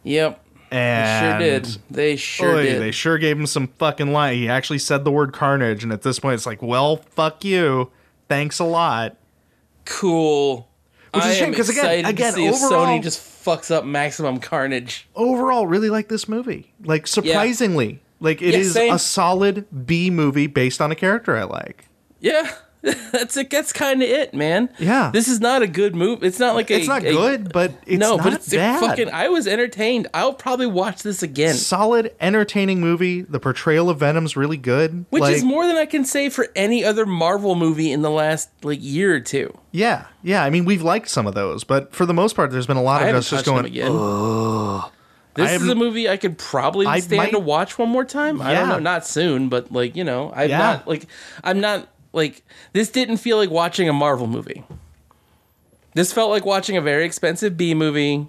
Speaker 2: Yep.
Speaker 1: and
Speaker 2: sure did. They sure
Speaker 1: Oy,
Speaker 2: did.
Speaker 1: they sure gave him some fucking line. He actually said the word carnage, and at this point, it's like, well, fuck you, thanks a lot.
Speaker 2: cool.
Speaker 1: Which is a
Speaker 2: I
Speaker 1: shame,
Speaker 2: am
Speaker 1: 'cause again-
Speaker 2: excited
Speaker 1: again,
Speaker 2: to see if
Speaker 1: overall-
Speaker 2: Sony just fucks up Maximum Carnage.
Speaker 1: Overall, really like this movie. Like surprisingly, like it
Speaker 2: Yeah,
Speaker 1: is
Speaker 2: same.
Speaker 1: a solid B movie based on a character I like.
Speaker 2: Yeah, that's it. That's kind of it, man.
Speaker 1: Yeah.
Speaker 2: this is not a good move. It's not like a,
Speaker 1: it's not
Speaker 2: a-
Speaker 1: good, but it's
Speaker 2: no,
Speaker 1: not
Speaker 2: but it's a
Speaker 1: bad.
Speaker 2: fucking. I was entertained. I'll probably watch this again,
Speaker 1: solid, entertaining movie. The portrayal of Venom's really good.
Speaker 2: which is
Speaker 1: Like,
Speaker 2: more than I can say for any other Marvel movie in the last like year or two.
Speaker 1: yeah, yeah. I mean, we've liked some of those, but for the most part, there's been a lot
Speaker 2: I
Speaker 1: of
Speaker 2: haven't
Speaker 1: us just
Speaker 2: touched them
Speaker 1: going.
Speaker 2: again. this
Speaker 1: I
Speaker 2: is
Speaker 1: haven't-
Speaker 2: a movie I could probably
Speaker 1: I
Speaker 2: stand
Speaker 1: might-
Speaker 2: to watch one more time. I don't
Speaker 1: Yeah.
Speaker 2: know, not soon, but like you know, I'm
Speaker 1: Yeah.
Speaker 2: not like I'm not like this didn't feel like watching a Marvel movie. This felt like watching a very expensive B movie,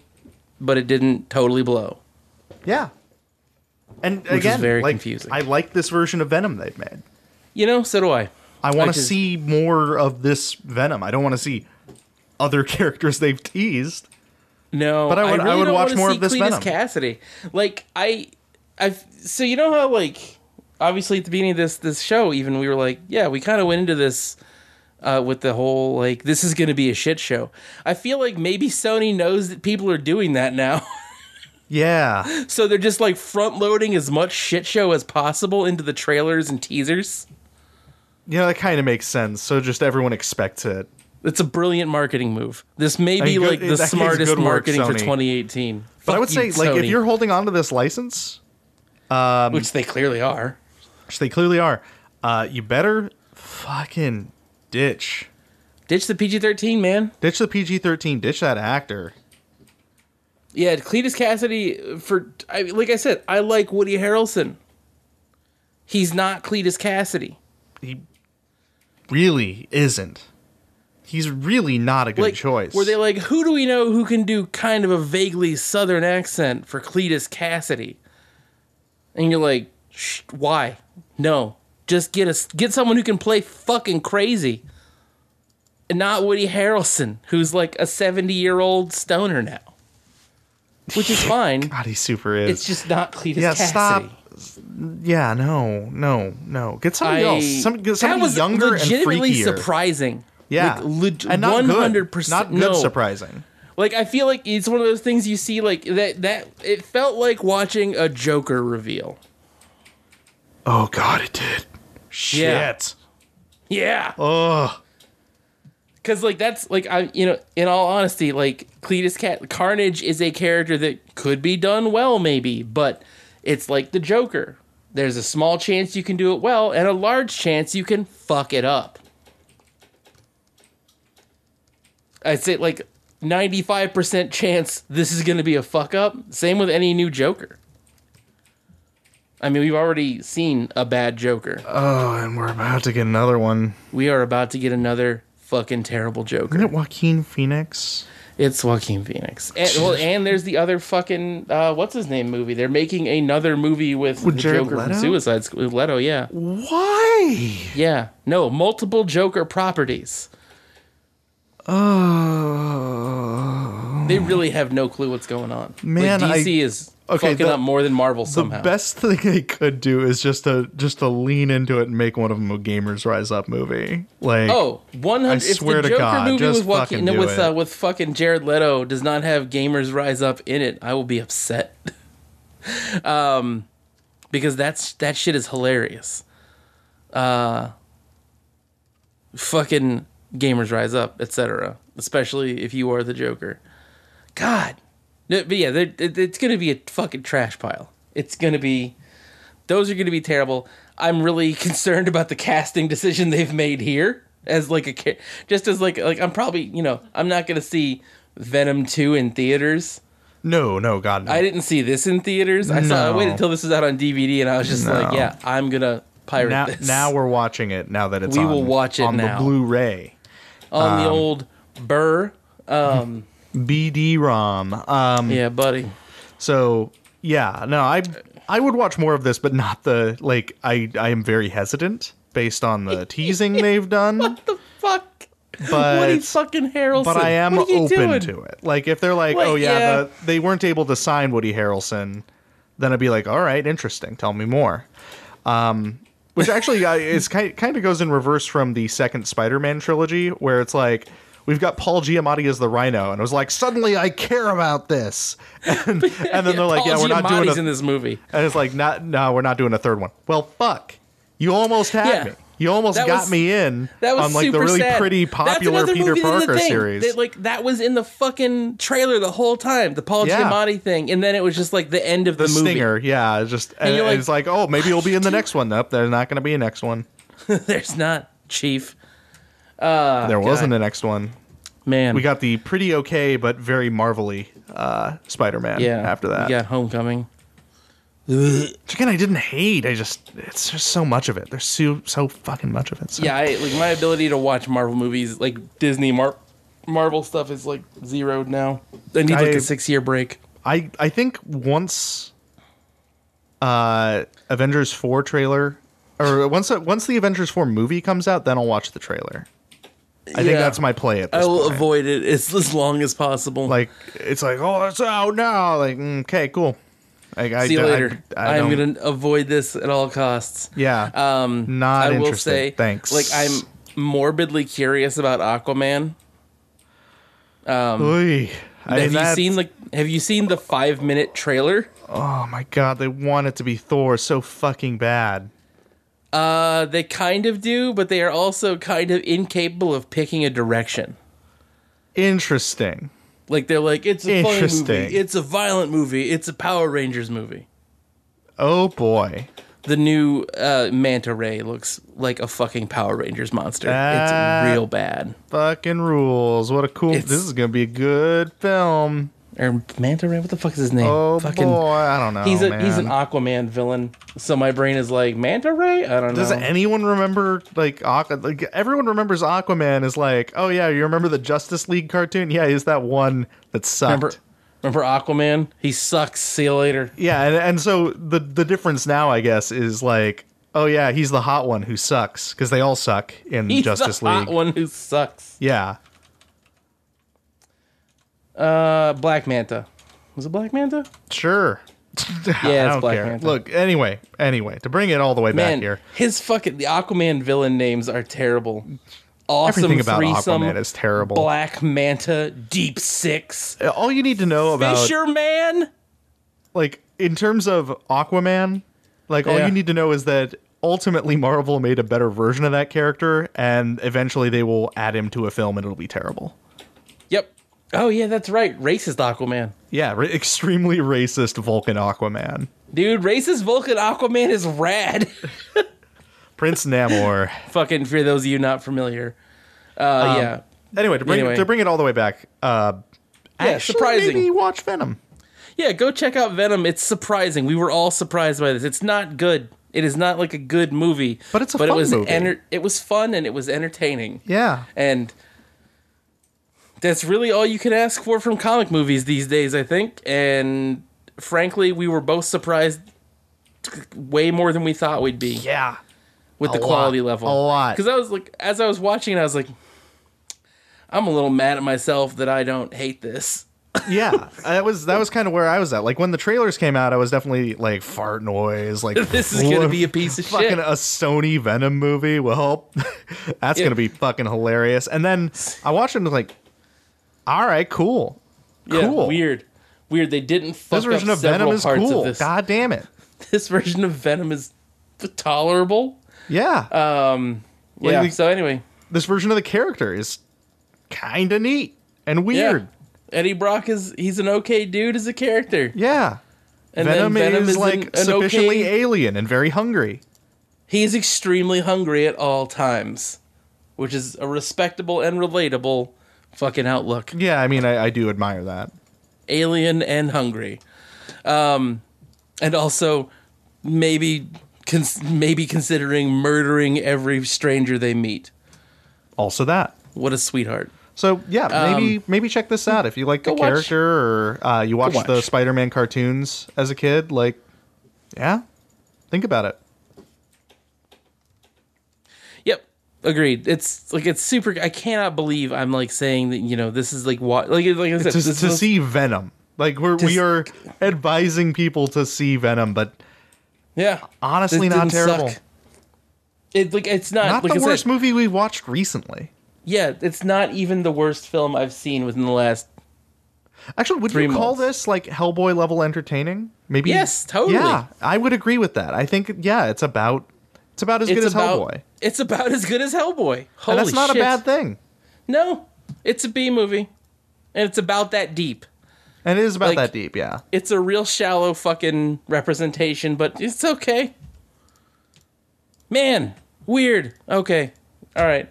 Speaker 2: but it didn't totally blow.
Speaker 1: Yeah. And
Speaker 2: is
Speaker 1: again,
Speaker 2: very
Speaker 1: like,
Speaker 2: confusing.
Speaker 1: I like this version of Venom they've made.
Speaker 2: You know, so do I.
Speaker 1: I want to
Speaker 2: just-
Speaker 1: see more of this Venom. I don't want to see other characters they've teased.
Speaker 2: No, but
Speaker 1: I would- I
Speaker 2: really
Speaker 1: would
Speaker 2: don't
Speaker 1: watch
Speaker 2: wanna
Speaker 1: more
Speaker 2: see
Speaker 1: of this
Speaker 2: Cletus
Speaker 1: Venom.
Speaker 2: Cassidy, like I, I. So you know how like obviously at the beginning of this this show, even we were like, yeah, we kind of went into this uh, with the whole like this is going to be a shit show. I feel like maybe Sony knows that people are doing that now,
Speaker 1: Yeah.
Speaker 2: so they're just like front loading as much shit show as possible into the trailers and teasers.
Speaker 1: You know, that kind of makes sense. So just everyone expects it.
Speaker 2: It's a brilliant marketing move. This may be
Speaker 1: mean, good-
Speaker 2: like
Speaker 1: in
Speaker 2: the
Speaker 1: that case,
Speaker 2: smartest
Speaker 1: good work,
Speaker 2: marketing for
Speaker 1: Sony.
Speaker 2: 2018.
Speaker 1: But I would say, like, if you're um, holding on to this license,
Speaker 2: which they clearly are.
Speaker 1: which they clearly are, uh, you better fucking ditch.
Speaker 2: Ditch the PG thirteen, man.
Speaker 1: Ditch the PG 13, ditch that actor.
Speaker 2: Yeah, Cletus Cassidy for I, like I said, I like Woody Harrelson. He's not Cletus Cassidy.
Speaker 1: He really isn't. He's really not a good
Speaker 2: Like,
Speaker 1: choice.
Speaker 2: Were they like, who do we know who can do kind of a vaguely Southern accent for Cletus Cassidy? And you're like, Shh, why? No, just get us get someone who can play fucking crazy, and not Woody Harrelson, who's like a seventy year old stoner now, which is fine.
Speaker 1: God, he super is.
Speaker 2: It's just not Cletus
Speaker 1: Yeah,
Speaker 2: Cassidy.
Speaker 1: stop. Yeah, no, no, no. Get somebody else. Some, get somebody
Speaker 2: that was
Speaker 1: younger and
Speaker 2: legitimately
Speaker 1: freakier.
Speaker 2: surprising.
Speaker 1: yeah,
Speaker 2: like,
Speaker 1: and not
Speaker 2: one
Speaker 1: good.
Speaker 2: hundred
Speaker 1: Not
Speaker 2: percent.
Speaker 1: good.
Speaker 2: No,
Speaker 1: Surprising.
Speaker 2: like I feel like it's one of those things you see like that. That it felt like watching a Joker reveal.
Speaker 1: Oh God, it did. Shit.
Speaker 2: Yeah. Yeah. Ugh. Because like that's like I you know in all honesty like Cletus Cat Carnage is a character that could be done well maybe but it's like the Joker. There's a small chance you can do it well and a large chance you can fuck it up. I'd say like 95% chance this is going to be a fuck up. Same with any new Joker. I mean, we've already seen a bad Joker.
Speaker 1: Oh, and we're about to get another one.
Speaker 2: We are about to get another fucking terrible Joker.
Speaker 1: Isn't it Joaquin Phoenix?
Speaker 2: It's Joaquin Phoenix. And, well, and there's the other fucking uh, what's his name movie. They're making another movie with,
Speaker 1: With
Speaker 2: the
Speaker 1: Jared
Speaker 2: Joker from
Speaker 1: Leto?
Speaker 2: Suicide Squad. with Leto, yeah,
Speaker 1: Why?
Speaker 2: yeah. No, multiple Joker properties.
Speaker 1: Oh.
Speaker 2: They really have no clue what's going on.
Speaker 1: Man,
Speaker 2: like,
Speaker 1: I-
Speaker 2: DC is
Speaker 1: Okay,
Speaker 2: fucking
Speaker 1: the-
Speaker 2: up more than Marvel
Speaker 1: The
Speaker 2: somehow.
Speaker 1: best thing they could do is just to just to lean into it and make one of them a Gamers Rise Up movie. Like,
Speaker 2: Oh, 100
Speaker 1: I swear
Speaker 2: if the
Speaker 1: to
Speaker 2: Joker
Speaker 1: God,
Speaker 2: movie
Speaker 1: just
Speaker 2: with Joaquin
Speaker 1: fucking
Speaker 2: no,
Speaker 1: do
Speaker 2: with
Speaker 1: it.
Speaker 2: uh, with fucking Jared Leto does not have gamers rise up in it, I will be upset. um because that's that shit is hilarious. Uh fucking gamers rise up, etc. Especially if you are the Joker. God. No, but yeah, they're- it- it's going to be a fucking trash pile. It's going to be those are going to be terrible. I'm really concerned about the casting decision they've made here as like a ca- just as like like I'm probably you know I'm not going to see Venom two in theaters.
Speaker 1: no, no, God, no.
Speaker 2: I didn't see this in theaters. I saw I
Speaker 1: No.
Speaker 2: waited until this was out on DVD and I was just like,
Speaker 1: No.
Speaker 2: yeah, I'm gonna pirate
Speaker 1: now,
Speaker 2: this
Speaker 1: now we're watching it. Now that it's
Speaker 2: We
Speaker 1: on,
Speaker 2: will watch it
Speaker 1: on
Speaker 2: now.
Speaker 1: the Blu-ray.
Speaker 2: on
Speaker 1: um,
Speaker 2: the old Burr. Um,
Speaker 1: BD-ROM. Um,
Speaker 2: yeah, buddy.
Speaker 1: So yeah, no, I I would watch more of this, but not the like. I I am very hesitant based on the teasing they've done.
Speaker 2: The fuck.
Speaker 1: But
Speaker 2: Woody fucking Harrelson.
Speaker 1: but I am
Speaker 2: What are you
Speaker 1: open
Speaker 2: doing?
Speaker 1: to it. Like if they're like,
Speaker 2: Wait,
Speaker 1: oh yeah,
Speaker 2: yeah.
Speaker 1: The, they weren't able to sign Woody Harrelson, then I'd be like, all right, interesting. Tell me more. Um, which actually uh, is kind kind of goes in reverse from the second Spider-Man trilogy, where it's like. We've got Paul Giamatti as the Rhino, and it was like suddenly I care about this, and, and then they're like,
Speaker 2: Paul
Speaker 1: "Yeah, we're not doing
Speaker 2: Giamatti's
Speaker 1: a
Speaker 2: in this movie.
Speaker 1: and it's like, not, no, we're not doing a third one. Well, fuck. You almost had
Speaker 2: Yeah.
Speaker 1: me. You almost
Speaker 2: That
Speaker 1: got
Speaker 2: was-
Speaker 1: me in
Speaker 2: That was
Speaker 1: on like the
Speaker 2: super
Speaker 1: really
Speaker 2: sad.
Speaker 1: pretty
Speaker 2: That's
Speaker 1: popular
Speaker 2: another
Speaker 1: Peter
Speaker 2: movie that did the
Speaker 1: Parker
Speaker 2: thing.
Speaker 1: series.
Speaker 2: That, like that was in the fucking trailer the whole time, the Paul
Speaker 1: Yeah.
Speaker 2: Giamatti thing, and then it was just like the end of the,
Speaker 1: the
Speaker 2: movie.
Speaker 1: stinger, yeah. it's Just and,
Speaker 2: you're
Speaker 1: and
Speaker 2: like,
Speaker 1: it's like, oh, maybe it'll be in the next one. Nope, there's not going to be a next one.
Speaker 2: There's not Chief Ah,
Speaker 1: there wasn't a next one.
Speaker 2: Man.
Speaker 1: We got the pretty okay but very marvelly uh, Spider-Man.
Speaker 2: yeah
Speaker 1: After that,
Speaker 2: We got Homecoming.
Speaker 1: Which, again, I didn't hate. I just it's just so much of it. There's so so fucking much of it. So.
Speaker 2: Yeah, I, like my ability to watch Marvel movies, like Disney Mar- Marvel stuff, is like zeroed now. I need like
Speaker 1: I-
Speaker 2: a six year break.
Speaker 1: I I think once uh Avengers 4 trailer or once once the Avengers 4 movie comes out, then I'll watch the trailer. I think
Speaker 2: Yeah.
Speaker 1: that's my play at
Speaker 2: I
Speaker 1: this
Speaker 2: will
Speaker 1: point.
Speaker 2: avoid it as, as long as possible.
Speaker 1: like it's like, "Oh, it's out now." Like, mm, "Okay, cool." Like, I
Speaker 2: See you
Speaker 1: d- I-
Speaker 2: later.
Speaker 1: I
Speaker 2: I, am
Speaker 1: don't-
Speaker 2: going to avoid this at all costs.
Speaker 1: Yeah.
Speaker 2: Um,
Speaker 1: Not
Speaker 2: I will
Speaker 1: interested.
Speaker 2: say,
Speaker 1: Thanks.
Speaker 2: Like I'm morbidly curious about Aquaman.
Speaker 1: Oy. I mean,
Speaker 2: um, have you
Speaker 1: that's-
Speaker 2: seen like Have you seen the five minute trailer?
Speaker 1: Oh my god, they want it to be Thor so fucking bad.
Speaker 2: Uh, they kind of do, but they are also kind of incapable of picking a direction.
Speaker 1: Interesting.
Speaker 2: Like they're like, it's a funny
Speaker 1: Interesting.
Speaker 2: movie, it's a violent movie, it's a Power Rangers movie.
Speaker 1: Oh boy.
Speaker 2: The new uh, Manta Ray looks like a fucking Power Rangers monster.
Speaker 1: That-
Speaker 2: it's real bad.
Speaker 1: Fucking rules. What a cool.
Speaker 2: It's-
Speaker 1: this is going to be a good film.
Speaker 2: Or Manta Ray, what the fuck is his name?
Speaker 1: Oh
Speaker 2: fucking
Speaker 1: boy, I don't know.
Speaker 2: He's a he's an
Speaker 1: Oh, man.
Speaker 2: Aquaman villain. So my brain is like Manta Ray. I don't
Speaker 1: Does
Speaker 2: know.
Speaker 1: anyone remember like Aqua? Like everyone remembers Aquaman is like, oh yeah, you remember the Justice League cartoon? Yeah, he's that one that sucked.
Speaker 2: remember remember Aquaman? He sucks. See you later.
Speaker 1: Yeah, and, and so the the difference now, I guess, is like, oh yeah, he's the hot one who sucks because they all suck in
Speaker 2: He's
Speaker 1: Justice
Speaker 2: the
Speaker 1: League.
Speaker 2: hot one who sucks.
Speaker 1: Yeah,
Speaker 2: Uh, Black Manta. Was it Black Manta?
Speaker 1: sure.
Speaker 2: Yeah, it's Black Panther.
Speaker 1: Look, anyway, anyway, to bring it all the way back
Speaker 2: Man,
Speaker 1: here,
Speaker 2: his fucking the Aquaman villain names are terrible. Awesome
Speaker 1: everything about
Speaker 2: threesome.
Speaker 1: Aquaman is terrible.
Speaker 2: Black Manta, Deep Six,
Speaker 1: all you need to know about
Speaker 2: Fisherman.
Speaker 1: like in terms of Aquaman, like all
Speaker 2: Yeah.
Speaker 1: you need to know is that ultimately Marvel made a better version of that character, and eventually they will add him to a film, and it'll be terrible.
Speaker 2: Yep. Oh yeah, that's right. Racist Aquaman.
Speaker 1: Yeah, ra- extremely racist Vulcan Aquaman,
Speaker 2: Dude, racist Vulcan Aquaman is rad.
Speaker 1: Prince Namor.
Speaker 2: Fucking for those of you not familiar. Uh,
Speaker 1: Um,
Speaker 2: yeah.
Speaker 1: Anyway, to bring
Speaker 2: Anyway.
Speaker 1: to bring it all the way back, uh,
Speaker 2: Yeah,
Speaker 1: actually,
Speaker 2: surprising.
Speaker 1: Maybe watch Venom.
Speaker 2: Yeah, go check out Venom. It's surprising. We were all surprised by this. It's not good. It is not like a good movie.
Speaker 1: But it's a
Speaker 2: but
Speaker 1: fun
Speaker 2: it was
Speaker 1: movie.
Speaker 2: enter- it was fun and it was entertaining.
Speaker 1: Yeah,
Speaker 2: And that's really all you can ask for from comic movies these days, I think. And frankly, we were both surprised t- way more than we thought we'd be
Speaker 1: yeah.
Speaker 2: with the
Speaker 1: lot.
Speaker 2: quality level.
Speaker 1: A lot.
Speaker 2: Because I was like, as I was watching, it, I was like, I'm a little mad at myself that I don't hate this.
Speaker 1: yeah that was that was kind of where i was at like when the trailers came out i was definitely like fart noise like
Speaker 2: This is gonna be a piece of
Speaker 1: fucking
Speaker 2: shit.
Speaker 1: a sony venom movie well that's gonna be fucking hilarious and then i watched it and was like all right cool
Speaker 2: Yeah,
Speaker 1: cool
Speaker 2: Weird. Weird. They didn't fuck
Speaker 1: this version
Speaker 2: up
Speaker 1: of venom
Speaker 2: several
Speaker 1: is
Speaker 2: parts
Speaker 1: cool
Speaker 2: of this.
Speaker 1: god damn it
Speaker 2: This version of Venom is tolerable. Um,
Speaker 1: yeah
Speaker 2: Uh,
Speaker 1: Like,
Speaker 2: yeah.
Speaker 1: the-
Speaker 2: so anyway,
Speaker 1: this version of the character is kind of neat and weird
Speaker 2: Yeah. Eddie Brock is he's an okay dude as a character.
Speaker 1: yeah,
Speaker 2: And
Speaker 1: venom,
Speaker 2: then Venom
Speaker 1: is,
Speaker 2: an-
Speaker 1: like
Speaker 2: an
Speaker 1: sufficiently
Speaker 2: okay,
Speaker 1: alien and very hungry
Speaker 2: He is extremely hungry at all times, which is a respectable and relatable fucking outlook.
Speaker 1: yeah i mean i, I do admire that
Speaker 2: Alien and hungry. Um and also maybe cons- maybe considering murdering every stranger they meet.
Speaker 1: also that
Speaker 2: What a sweetheart.
Speaker 1: So yeah, maybe maybe check this out if you like the
Speaker 2: Um, go watch-
Speaker 1: character or uh, you watched the
Speaker 2: watch.
Speaker 1: Spider-Man cartoons as a kid. Like, yeah, think about it.
Speaker 2: Yep. Agreed. It's like it's super. I cannot believe I'm like saying that you know this is like what like like I said
Speaker 1: to,
Speaker 2: this
Speaker 1: to
Speaker 2: was-
Speaker 1: see Venom. Like we're we
Speaker 2: Just-
Speaker 1: are advising people to see Venom, but
Speaker 2: yeah
Speaker 1: honestly
Speaker 2: This
Speaker 1: not
Speaker 2: didn't
Speaker 1: terrible.
Speaker 2: suck. It like it's not,
Speaker 1: Not
Speaker 2: like
Speaker 1: the
Speaker 2: I said,
Speaker 1: worst movie we watched recently.
Speaker 2: Yeah, it's not even the worst film I've seen within the last.
Speaker 1: Actually, would
Speaker 2: Three
Speaker 1: you call
Speaker 2: months.
Speaker 1: this like Hellboy level entertaining? Maybe
Speaker 2: Yes, totally.
Speaker 1: Yeah, I would agree with that. I think yeah, it's about it's about as
Speaker 2: It's
Speaker 1: good as
Speaker 2: about
Speaker 1: Hellboy.
Speaker 2: it's about as good as Hellboy. Holy
Speaker 1: And that's not
Speaker 2: shit.
Speaker 1: a bad thing.
Speaker 2: No, it's a B movie, and it's about that deep.
Speaker 1: And it is about
Speaker 2: Like-
Speaker 1: that deep, yeah.
Speaker 2: It's a real shallow fucking representation, but it's okay. Man, weird. Okay, all right.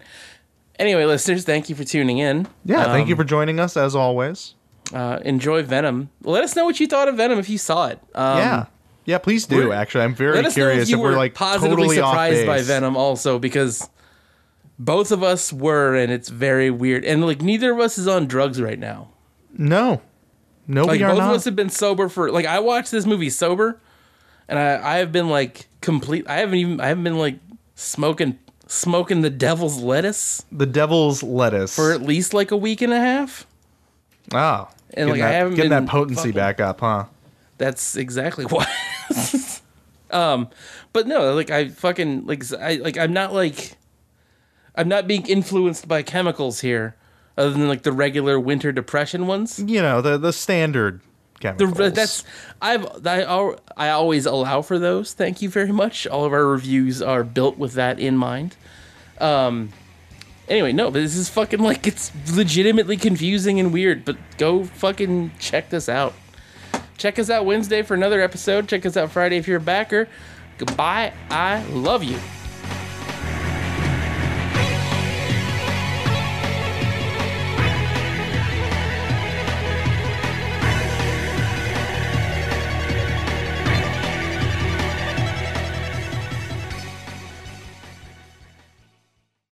Speaker 2: Anyway, listeners, thank you for tuning in.
Speaker 1: Yeah,
Speaker 2: Um,
Speaker 1: thank you for joining us as always.
Speaker 2: Uh, enjoy Venom. Let us know what you thought of Venom if you saw it. Um,
Speaker 1: yeah. Yeah, please do
Speaker 2: we're-
Speaker 1: actually. I'm very
Speaker 2: Let us know
Speaker 1: curious
Speaker 2: if you
Speaker 1: we're
Speaker 2: were
Speaker 1: like
Speaker 2: positively
Speaker 1: totally
Speaker 2: surprised
Speaker 1: off
Speaker 2: by
Speaker 1: base.
Speaker 2: Venom also because both of us were and it's very weird and like neither of us is on drugs right now.
Speaker 1: No. No,
Speaker 2: Like
Speaker 1: we are
Speaker 2: both
Speaker 1: not.
Speaker 2: of us have been sober for like I watched this movie sober and I I have been like complete I haven't even I haven't been like smoking smoking the devil's lettuce
Speaker 1: the devil's lettuce.
Speaker 2: for at least like a week and a half.
Speaker 1: Oh. getting
Speaker 2: And, like,
Speaker 1: that,
Speaker 2: I haven't
Speaker 1: getting
Speaker 2: been
Speaker 1: that potency
Speaker 2: fucking-
Speaker 1: back up, huh?
Speaker 2: That's exactly why. um, but no, like I fucking like I like I'm not like I'm not being influenced by chemicals here, other than like the regular winter depression ones.
Speaker 1: You know, the the standard
Speaker 2: The,
Speaker 1: chemicals.
Speaker 2: that's I've I, al- I always allow for those. Thank you very much. All of our reviews are built with that in mind. Um. Anyway, no, but this is fucking like it's legitimately confusing and weird. But go fucking check this out. Check us out Wednesday for another episode. Check us out Friday if you're a backer. Goodbye. I love you.